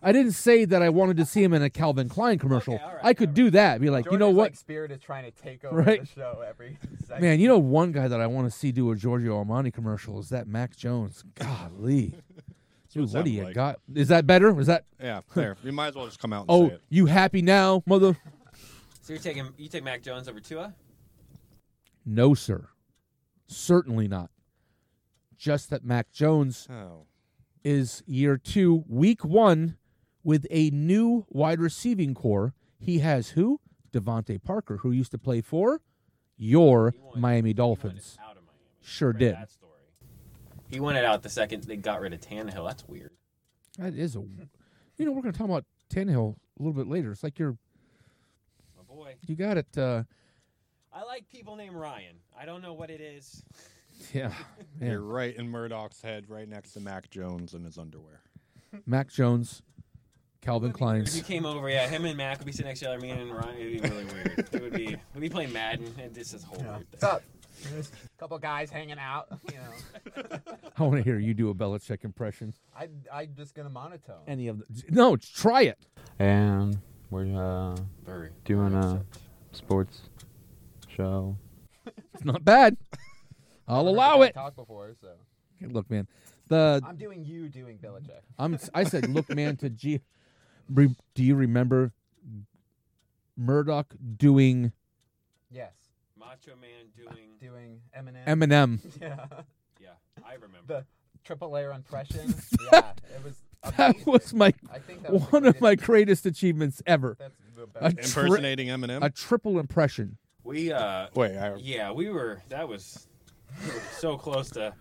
S1: I didn't say that I wanted to see him in a Calvin Klein commercial.
S4: Okay, all right,
S1: I could
S4: all
S1: do that. Be like,
S3: George
S1: you know
S3: is
S1: what,
S3: Like Spirit is trying to take over
S1: Right.
S3: the show every second.
S1: man? You know one guy that I want to see do a Giorgio Armani commercial is that Mac Jones. Golly, dude,
S2: it
S1: what do
S2: sounded
S1: you
S2: like.
S1: got? Is that better? Is that?
S2: Yeah. There. You might as well just come out and
S1: Oh,
S2: say it.
S1: you happy now, mother?
S4: So you're taking you take Mac Jones over Tua?
S1: No, sir. Certainly not. Just that Mac Jones
S2: Oh.
S1: is year two, week one, with a new wide receiving core. He has who? Devontae Parker, who used to play for your
S4: He wanted-
S1: Miami
S4: He wanted
S1: Dolphins.
S4: out of Miami.
S1: Sure
S4: Read
S1: did.
S4: That story. He wanted out the second they got rid of Tannehill. That's weird.
S1: That is a. You know, we're going to talk about Tannehill a little bit later. It's like you're.
S4: My boy.
S1: You got it. Uh,
S4: I like people named Ryan. I don't know what it is.
S1: Yeah.
S2: You're right in Murdoch's head, right next to Mac Jones in his underwear.
S1: Mac Jones, Calvin
S4: If you
S1: Klein's.
S4: came over, yeah, him and Mac would be sitting next to each other. Me and Ryan, it'd be really weird. It would be we'd be playing Madden, and this is whole weird
S3: What's
S4: thing.
S3: up? Couple guys hanging out. You know,
S1: I want to hear you do a Belichick impression.
S3: I I'm just gonna monotone.
S1: Any of the no, try it.
S3: And we're uh,
S4: Very
S3: doing a sports show.
S1: It's not bad. I'll allow it.
S3: Talked before, so
S1: Okay, Look, man, the
S3: I'm doing you doing Belichick.
S1: I'm I said, look, man, to G. Re, do you remember Murdoch doing
S3: Yes,
S4: Macho Man doing.
S3: doing Eminem.
S1: Eminem?
S3: yeah,
S4: Yeah, I remember.
S3: the triple air impression. yeah, it was.
S1: That
S3: amazing.
S1: was my
S3: I think that was the
S1: one of my
S3: greatest-
S1: greatest achievements ever.
S3: That's the best.
S1: I- Tri-
S2: Impersonating Eminem.
S1: A triple impression.
S4: We uh,
S2: Wait, I,
S4: yeah, we were. That was we were so close to.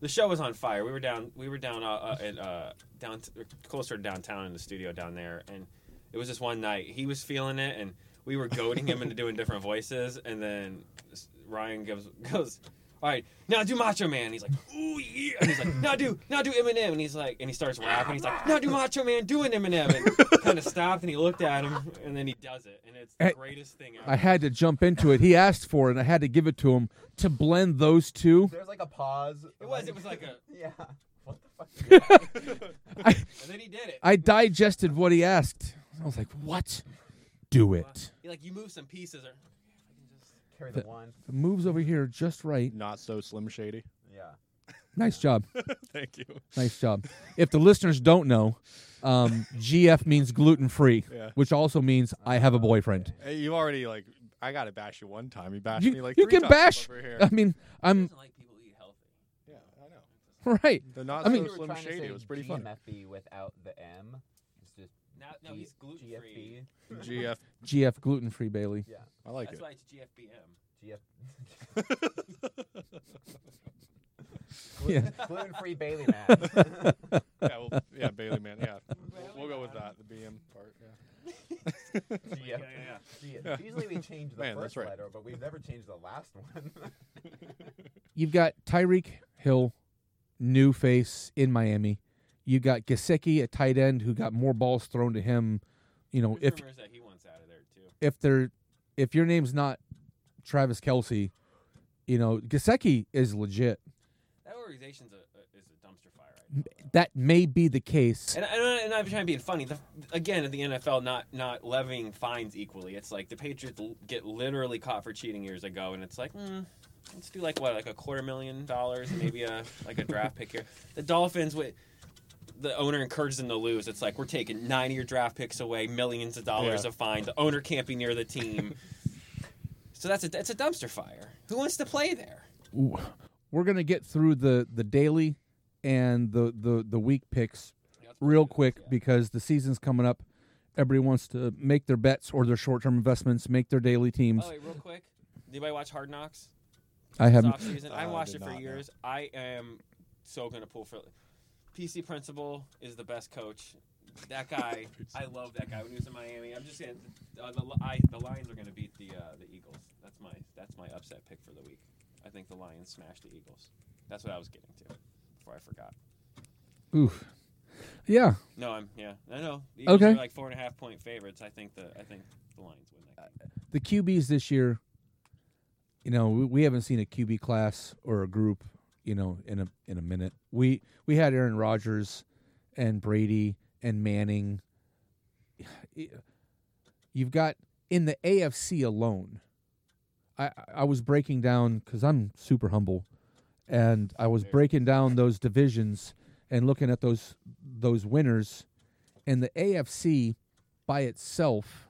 S4: The show was on fire. We were down. We were down uh, uh, at uh, down t- closer to downtown in the studio down there, and it was just one night. He was feeling it, and we were goading him into doing different voices, and then s- Ryan gives goes. All right, now do Macho Man. He's like, ooh yeah. And he's like, now do, now do Eminem. And he's like, and he starts rapping. He's like, now do Macho Man, do an Eminem. And kind of stopped and he looked at him, and then he does it, and it's the
S1: Hey,
S4: greatest thing ever.
S1: I had to jump into it. He asked for it, and I had to give it to him to blend those two.
S3: There's like a pause.
S4: It was. It was like a.
S3: Yeah. What the fuck?
S4: And then he did it.
S1: I digested what he asked. I was like, "What? Do it."
S4: He, like you move some pieces or.
S3: Carry the one.
S1: It moves over here just right.
S2: not so Slim Shady.
S3: Yeah.
S1: Nice job.
S2: Thank you.
S1: Nice job. If the listeners don't know, um, GF means gluten free,
S2: Yeah.
S1: which also means I have a boyfriend.
S2: Hey, you already like. I gotta bash you one time. You bashed me
S1: You,
S2: like
S1: you
S2: three
S1: can
S2: times
S1: bash.
S2: over here.
S1: I mean, I'm
S4: doesn't like people who eat healthy.
S2: yeah, I know.
S1: right.
S2: The not
S1: I
S2: so
S1: mean-
S3: We were
S2: Slim
S3: trying to
S2: Shady
S3: say
S2: was pretty funny.
S3: GMFB without the M. It's just
S4: Now, no,
S3: G-
S4: he's gluten free.
S3: GFB.
S2: GF,
S1: GF gluten free, Bailey.
S3: Yeah.
S2: I like
S4: That's
S2: it.
S4: why it's GFBM.
S3: GF.
S1: Yeah.
S3: Gluten free Bailey man.
S2: yeah, well, yeah, Bailey man. Yeah, we'll, we'll go with that. The BM part. Yeah.
S3: GF.
S4: Yeah, yeah, yeah.
S3: GF. Usually we change the
S2: Man, that's
S3: first
S2: right.
S3: letter, but we've never changed the last one.
S1: You've got Tyreek Hill, new face in Miami. You got Gasecki at tight end, who got more balls thrown to him. You know,
S4: There's
S1: if
S4: rumors that he wants out of there too.
S1: if they're if your name's not Travis Kelsey, you know Gasecki is legit.
S4: That organization's a, a is a dumpster fire right now.
S1: That may be the case.
S4: And, and, I- and I'm trying to be funny. The, again, the NFL not not levying fines equally. It's like the Patriots l- get literally caught for cheating years ago, and it's like, mm, let's do like what, like a quarter million dollars, and maybe a like a draft pick here. The Dolphins, with the owner encouraged them to lose. It's like we're taking nine of your draft picks away, millions of dollars
S2: Yeah.
S4: of fines. The owner can't be near the team. so that's a that's a dumpster fire. Who wants to play there?
S1: we're gonna get through the the daily and the the the week picks real quick because the season's coming up. Everybody wants to make their bets or their short term investments, make their daily teams.
S4: Oh, wait, real quick. Anybody watch Hard Knocks?
S1: I
S4: It's
S1: haven't.
S4: off season. I
S2: I
S4: watched
S2: did
S4: it for
S2: not know.
S4: years. I am so gonna pull for. PC Principal is the best coach. That guy, I love that guy. When he was in Miami, I'm just saying uh, the Li- I, the Lions are gonna beat the uh, the Eagles. That's my that's my upset pick for the week. I think the Lions smash the Eagles. That's what I was getting to before I forgot.
S1: Oof. Yeah,
S4: No, I'm yeah. I know. The Eagles
S1: Okay.
S4: are like four and a half point favorites. I think the I think the Lions win that game.
S1: the QBs this year. You know, we, we haven't seen a QB class or a group. You know, in a in a minute, we we had Aaron Rodgers, and Brady and Manning. You've got in the AFC alone. I I was breaking down because I'm super humble, and I was breaking down those divisions and looking at those those winners, and the AFC by itself.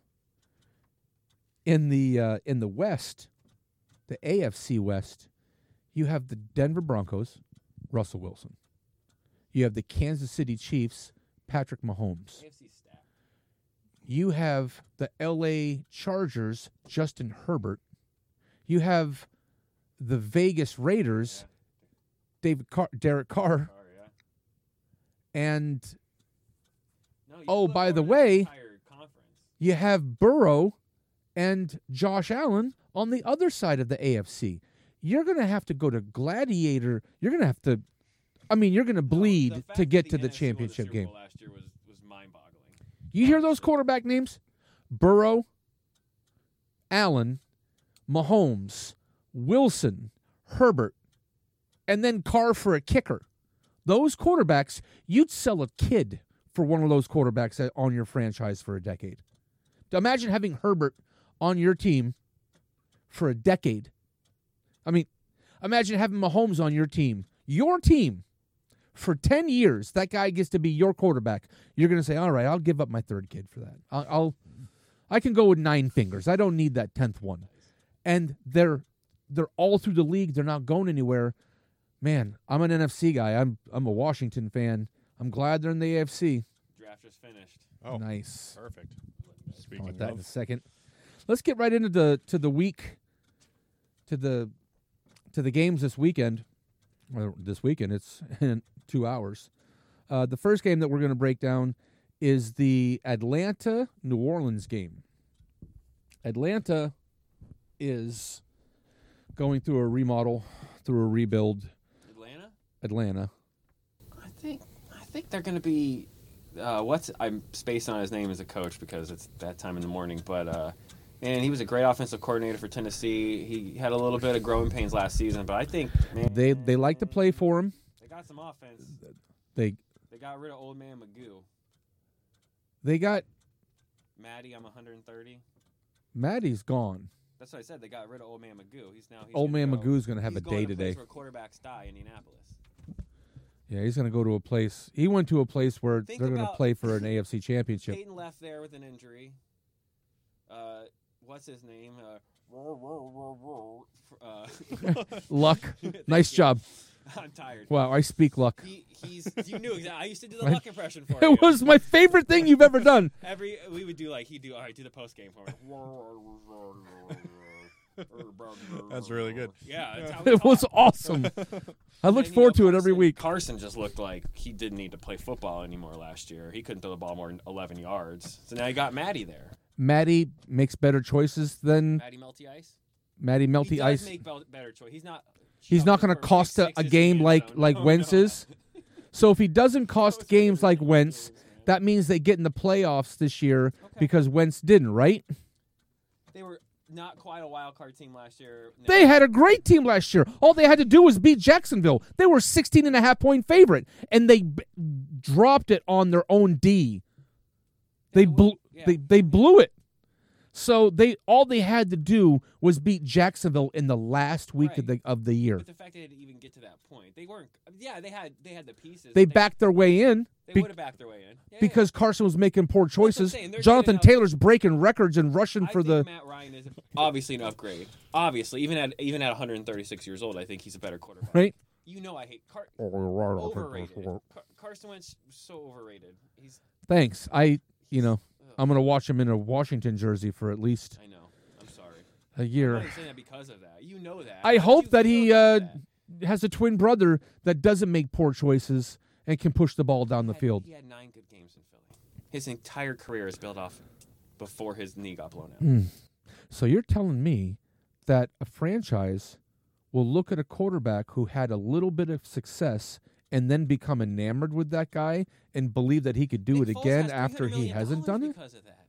S1: In the uh, in the West, the AFC West, you have the Denver Broncos, Russell Wilson. You have the Kansas City Chiefs, Patrick Mahomes
S2: Uh,
S4: AFC stack.
S1: you have the LA Chargers, Justin Herbert. You have the Vegas Raiders, David Carr, Derek Carr,
S4: Oh, yeah.
S1: and
S4: No, you
S1: Oh,
S4: put
S1: by the
S4: Florida in
S1: way-
S4: entire conference.
S1: you have Burrow and Josh Allen on the other side of the AFC. You're going to have to go to Gladiator. You're going to have to, I mean, you're going to bleed to get to the championship game.
S4: last year was, was mind-boggling.
S1: You hear those quarterback names? Burrow, Allen, Mahomes, Wilson, Herbert, and then Carr for a kicker. Those quarterbacks, you'd sell a kid for one of those quarterbacks that- on your franchise for a decade. Imagine having Herbert on your team for a decade. I mean, imagine having Mahomes on your team, your team, for 10 years, that guy gets to be your quarterback, you're going to say, all right, I'll give up my third kid for that. I'll, I'll I can go with nine fingers. I don't need that 10th one. And they're they're all through the league. They're not going anywhere. Man, I'm an NFC guy. I'm I'm a Washington fan. I'm glad they're in the AFC.
S4: Draft just finished.
S2: Oh,
S1: nice.
S2: perfect.
S1: I'll let
S2: Speaking
S1: that in a
S2: of,
S1: second. Let's get right into the to the week to the to the games this weekend. Well, this weekend it's in two hours. Uh, the first game that we're going to break down is the Atlanta New Orleans game. Atlanta is going through a remodel, through a rebuild.
S4: Atlanta?
S1: Atlanta.
S4: I think I think they're going to be. Uh, what's I'm spaced on his name as a coach because it's that time in the morning. But uh, man, he was a great offensive coordinator for Tennessee. He had a little bit of growing pains last season, but I think man,
S1: They they like to play for him.
S4: they got some offense.
S1: They
S4: They got rid of old man Magoo.
S1: they got
S4: Maddie, I'm 130.
S1: Maddie's gone.
S4: That's what I said. They got rid of old man Magoo. He's now he's
S1: Old
S4: gonna
S1: man
S4: go-
S1: Magoo's going to have
S4: he's
S1: a
S4: going
S1: day
S4: to
S1: today.
S4: place Where quarterbacks die, Indianapolis.
S1: Yeah, he's going to go to a place. He went to a place where
S4: Think
S1: they're going to
S4: about-
S1: play for an AFC championship.
S4: Peyton left there with an injury. Uh, what's his name? Uh, uh,
S1: Luck.
S4: Thank
S1: Nice
S4: you.
S1: job.
S4: I'm tired.
S1: Wow, I speak luck.
S4: He, he's. You knew exactly. I used to do the
S1: Right.
S4: luck impression for you.
S1: It was my favorite thing you've ever done.
S4: every. We would do like he would do. All right, do the post game for me.
S2: That's really good.
S4: Yeah, that's how we
S1: It was
S4: talk.
S1: awesome. I
S4: And,
S1: looked
S4: you
S1: forward
S4: know,
S1: to it every
S4: Carson-
S1: week.
S4: Carson just looked like he didn't need to play football anymore last year. He couldn't throw the ball more than 11 yards. So now you got Maddie there.
S1: Maddie makes better choices than
S4: Maddie Melty Ice.
S1: Maddie
S4: he
S1: Melty
S4: does
S1: Ice.
S4: make bel- better choice. He's not.
S1: He's not
S4: shoving
S1: going to
S4: perfect
S1: cost a, a
S4: sixes in
S1: game
S4: the
S1: like
S4: end zone.
S1: like
S4: Oh, No,
S1: Wentz
S4: no.
S1: is. So if he doesn't cost
S4: Those are
S1: games
S4: the
S1: like
S4: real
S1: Wentz,
S4: games, man.
S1: that means they get in the playoffs this year
S4: Okay.
S1: because Wentz didn't, right?
S4: They were not quite a wild card team last year. Now-
S1: They had a great team last year. All they had to do was beat Jacksonville. They were 16 and a half point favorite, and they b- dropped it on their own D. They
S4: Yeah, well,
S1: blew,
S4: yeah.
S1: they, they blew it. So they all they had to do was beat Jacksonville in the last week of the of the year.
S4: But the fact they didn't even get to that point, they weren't. Yeah, they had they had the pieces.
S1: They
S4: but
S1: backed their way in
S4: They,
S1: be-
S4: would have backed their way in Yeah, yeah.
S1: because Carson was making poor choices.
S4: saying. They're
S1: Jonathan
S4: getting out-
S1: Taylor's breaking records and rushing
S4: I
S1: for
S4: think
S1: the
S4: Matt Ryan is obviously an upgrade. Obviously, even at even at 136 years old, I think he's a better quarterback.
S1: right.
S4: You know, I hate Car- overrated.
S1: Overrated.
S4: Car- Carson Wentz so overrated. He's
S1: Thanks. I you know
S4: ugh,
S1: I'm gonna watch him in a Washington jersey for at least
S4: I know. I'm sorry.
S1: a
S4: I'm
S1: year.
S4: not saying that because of that. You know that.
S1: I
S4: How do
S1: hope
S4: you
S1: that
S4: feel
S1: he uh,
S4: about that?
S1: has a twin brother that doesn't make poor choices and can push the ball down the
S4: had-
S1: field.
S4: He had nine good games in Philly. His entire career is built off before his knee got blown out.
S1: Hmm. So you're telling me that a franchise will look at a quarterback who had a little bit of success and then become enamored with that guy and believe that he could do
S4: Nick
S1: it
S4: Foles
S1: again
S4: has
S1: after
S4: $300
S1: he
S4: million
S1: hasn't done it?
S4: Because of that.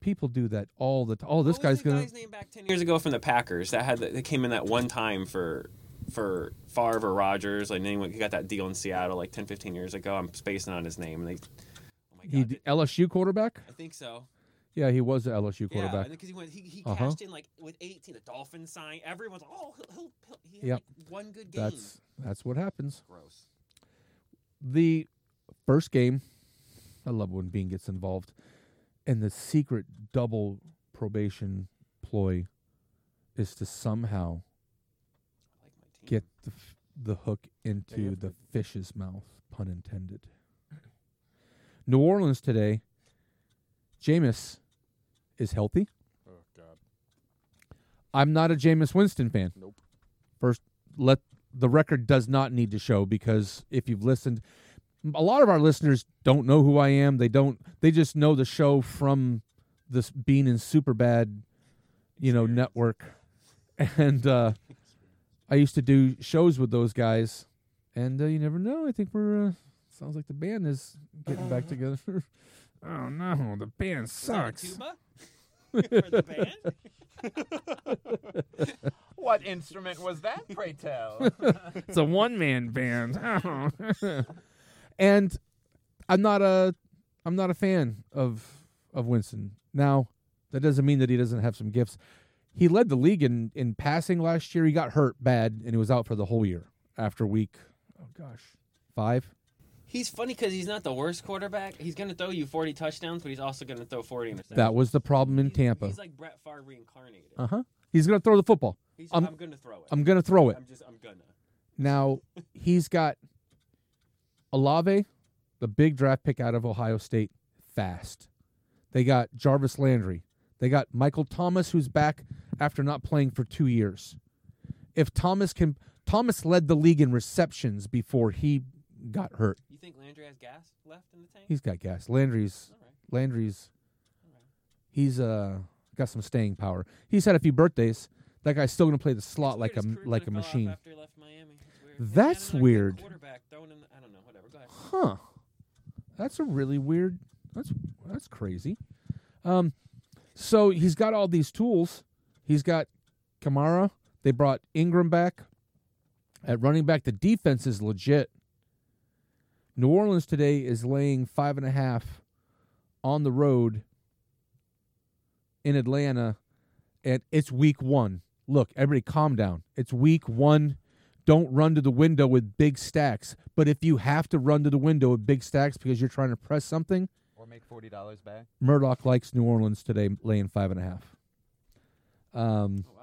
S1: People do that all the time. Oh, this
S4: What was
S1: guy's
S4: the
S1: going
S4: guy's
S1: to.
S4: name back ten years ago from the Packers that had the, that came in that one time for for Favre or Rogers. Like anyone, he got that deal in Seattle like 10, 15 years ago. I'm spacing on his name. And they, oh my god,
S1: He,
S4: did-
S1: LSU quarterback?
S4: I think so.
S1: Yeah, he was an LSU
S4: Yeah,
S1: quarterback.
S4: because he went, he, he
S1: Uh-huh.
S4: cashed in like with 18, a dolphin sign. Everyone's like, oh, he'll, he'll, he'll he had
S1: Yep.
S4: like one good game.
S1: That's that's what happens.
S4: gross.
S1: the first game, I love when Bean gets involved, and the secret double probation ploy is to somehow
S4: I like my team.
S1: get the f- the hook into the fish's mouth, pun intended. New Orleans today, Jameis is healthy.
S2: oh god,
S1: I'm not a Jameis Winston fan.
S2: Nope.
S1: First, let the record does not need to show because if you've listened, a lot of our listeners don't know who I am. They don't. They just know the show from this being in super bad, you know, network, and uh, I used to do shows with those guys, and uh, you never know. I think we're uh, sounds like the band is getting back together. oh no, the band sucks.
S4: Tuba? For the band?
S3: What instrument was that, pray tell?
S1: it's a one man band. and I'm not a I'm not a fan of of Winston. Now, that doesn't mean that he doesn't have some gifts. He led the league in in passing last year. He got hurt bad and he was out for the whole year after week oh gosh, 5.
S4: He's funny because he's not the worst quarterback. He's going to throw you 40 touchdowns, but he's also going to throw 40 interceptions.
S1: That was the problem in
S4: He's-
S1: Tampa.
S4: He's like Brett Favre reincarnated.
S1: Uh-huh. He's going to throw the football.
S4: He's,
S1: I'm-
S4: I'm, going to throw it.
S1: I'm going to throw it.
S4: I'm just, I'm going to.
S1: Now he's got Alave, the big draft pick out of Ohio State, fast. They got Jarvis Landry. They got Michael Thomas, who's back after not playing for two years. If Thomas can, Thomas led the league in receptions before he got hurt.
S4: You think Landry has gas left in the tank?
S1: He's got gas. Landry's,
S4: All right.
S1: Landry's, he's uh got some staying power. He's had a few birthdays. That guy's still gonna play the slot
S4: It's
S1: like a
S4: weird his career
S1: like a
S4: kinda fell off
S1: machine,
S4: after he left Miami.
S1: That's
S4: It's weird. Hey, another good
S1: weird.
S4: Quarterback throwing in the, I don't know, whatever. Go ahead. Oh,
S1: huh that's a really weird that's that's crazy um so he's got all these tools he's got kamara they brought ingram back at running back the defense is legit new orleans today is laying five and a half on the road in atlanta and it's week one look everybody calm down it's week one don't run to the window with big stacks. But if you have to run to the window with big stacks because you're trying to press something,
S3: or make forty dollars back.
S1: Murdoch likes New Orleans today, laying five and a half. Um,
S4: Oh, wow.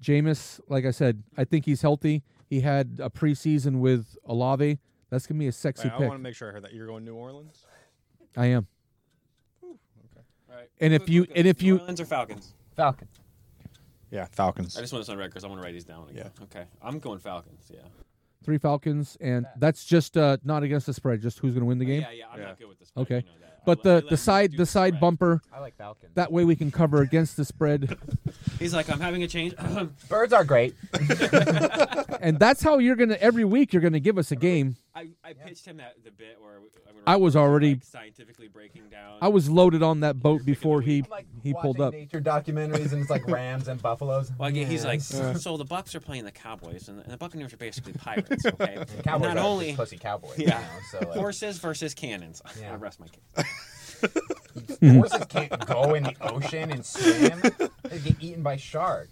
S1: Jameis, like I said, I think he's healthy. He had a preseason with Olave. That's gonna be a sexy
S2: Wait, I
S1: pick.
S2: want to make sure I heard that you're going New Orleans.
S1: I am.
S4: All right.
S1: And if
S4: Quick,
S1: you-
S4: quick,
S1: and if
S4: New
S1: you-
S4: Orleans or Falcons?
S3: Falcon.
S2: Yeah, Falcons.
S4: I just want this on record 'cause I want to write these down again. Okay. I'm going Falcons. Yeah.
S1: Three Falcons, and that's just uh, not against the spread. Just who's gonna win the game.
S4: Oh, Yeah, yeah. I'm
S2: Yeah.
S4: not good with this. spread,
S1: Okay.
S4: You know that. I
S1: But
S4: let- I
S1: the,
S4: let
S1: the
S4: you
S1: side
S4: do
S1: the side
S4: spread.
S1: bumper
S3: I like Falcon.
S1: that way we can cover against the spread,
S4: He's like, I'm having a change.
S3: Birds are great.
S1: and that's how you're gonna every week you're gonna give us a game.
S4: I, I pitched him that the bit where we- I, mean,
S1: I was
S4: we're,
S1: already-
S4: like, scientifically breaking down.
S1: I was loaded on that boat before he
S3: I'm like
S1: he pulled
S3: watching
S1: up.
S3: nature documentaries and it's like rams and buffaloes.
S4: Well, again, he's like,
S3: Yes.
S4: so the Bucks are playing the Cowboys, and the, and the Buccaneers are basically pirates. Okay,
S3: Cowboys
S4: not
S3: are
S4: only
S3: just pussy cowboys.
S4: Yeah.
S3: You know? So like,
S4: horses versus cannons.
S3: Yeah.
S4: I rest my case.
S3: horses can't go in the ocean and swim. They get eaten by sharks.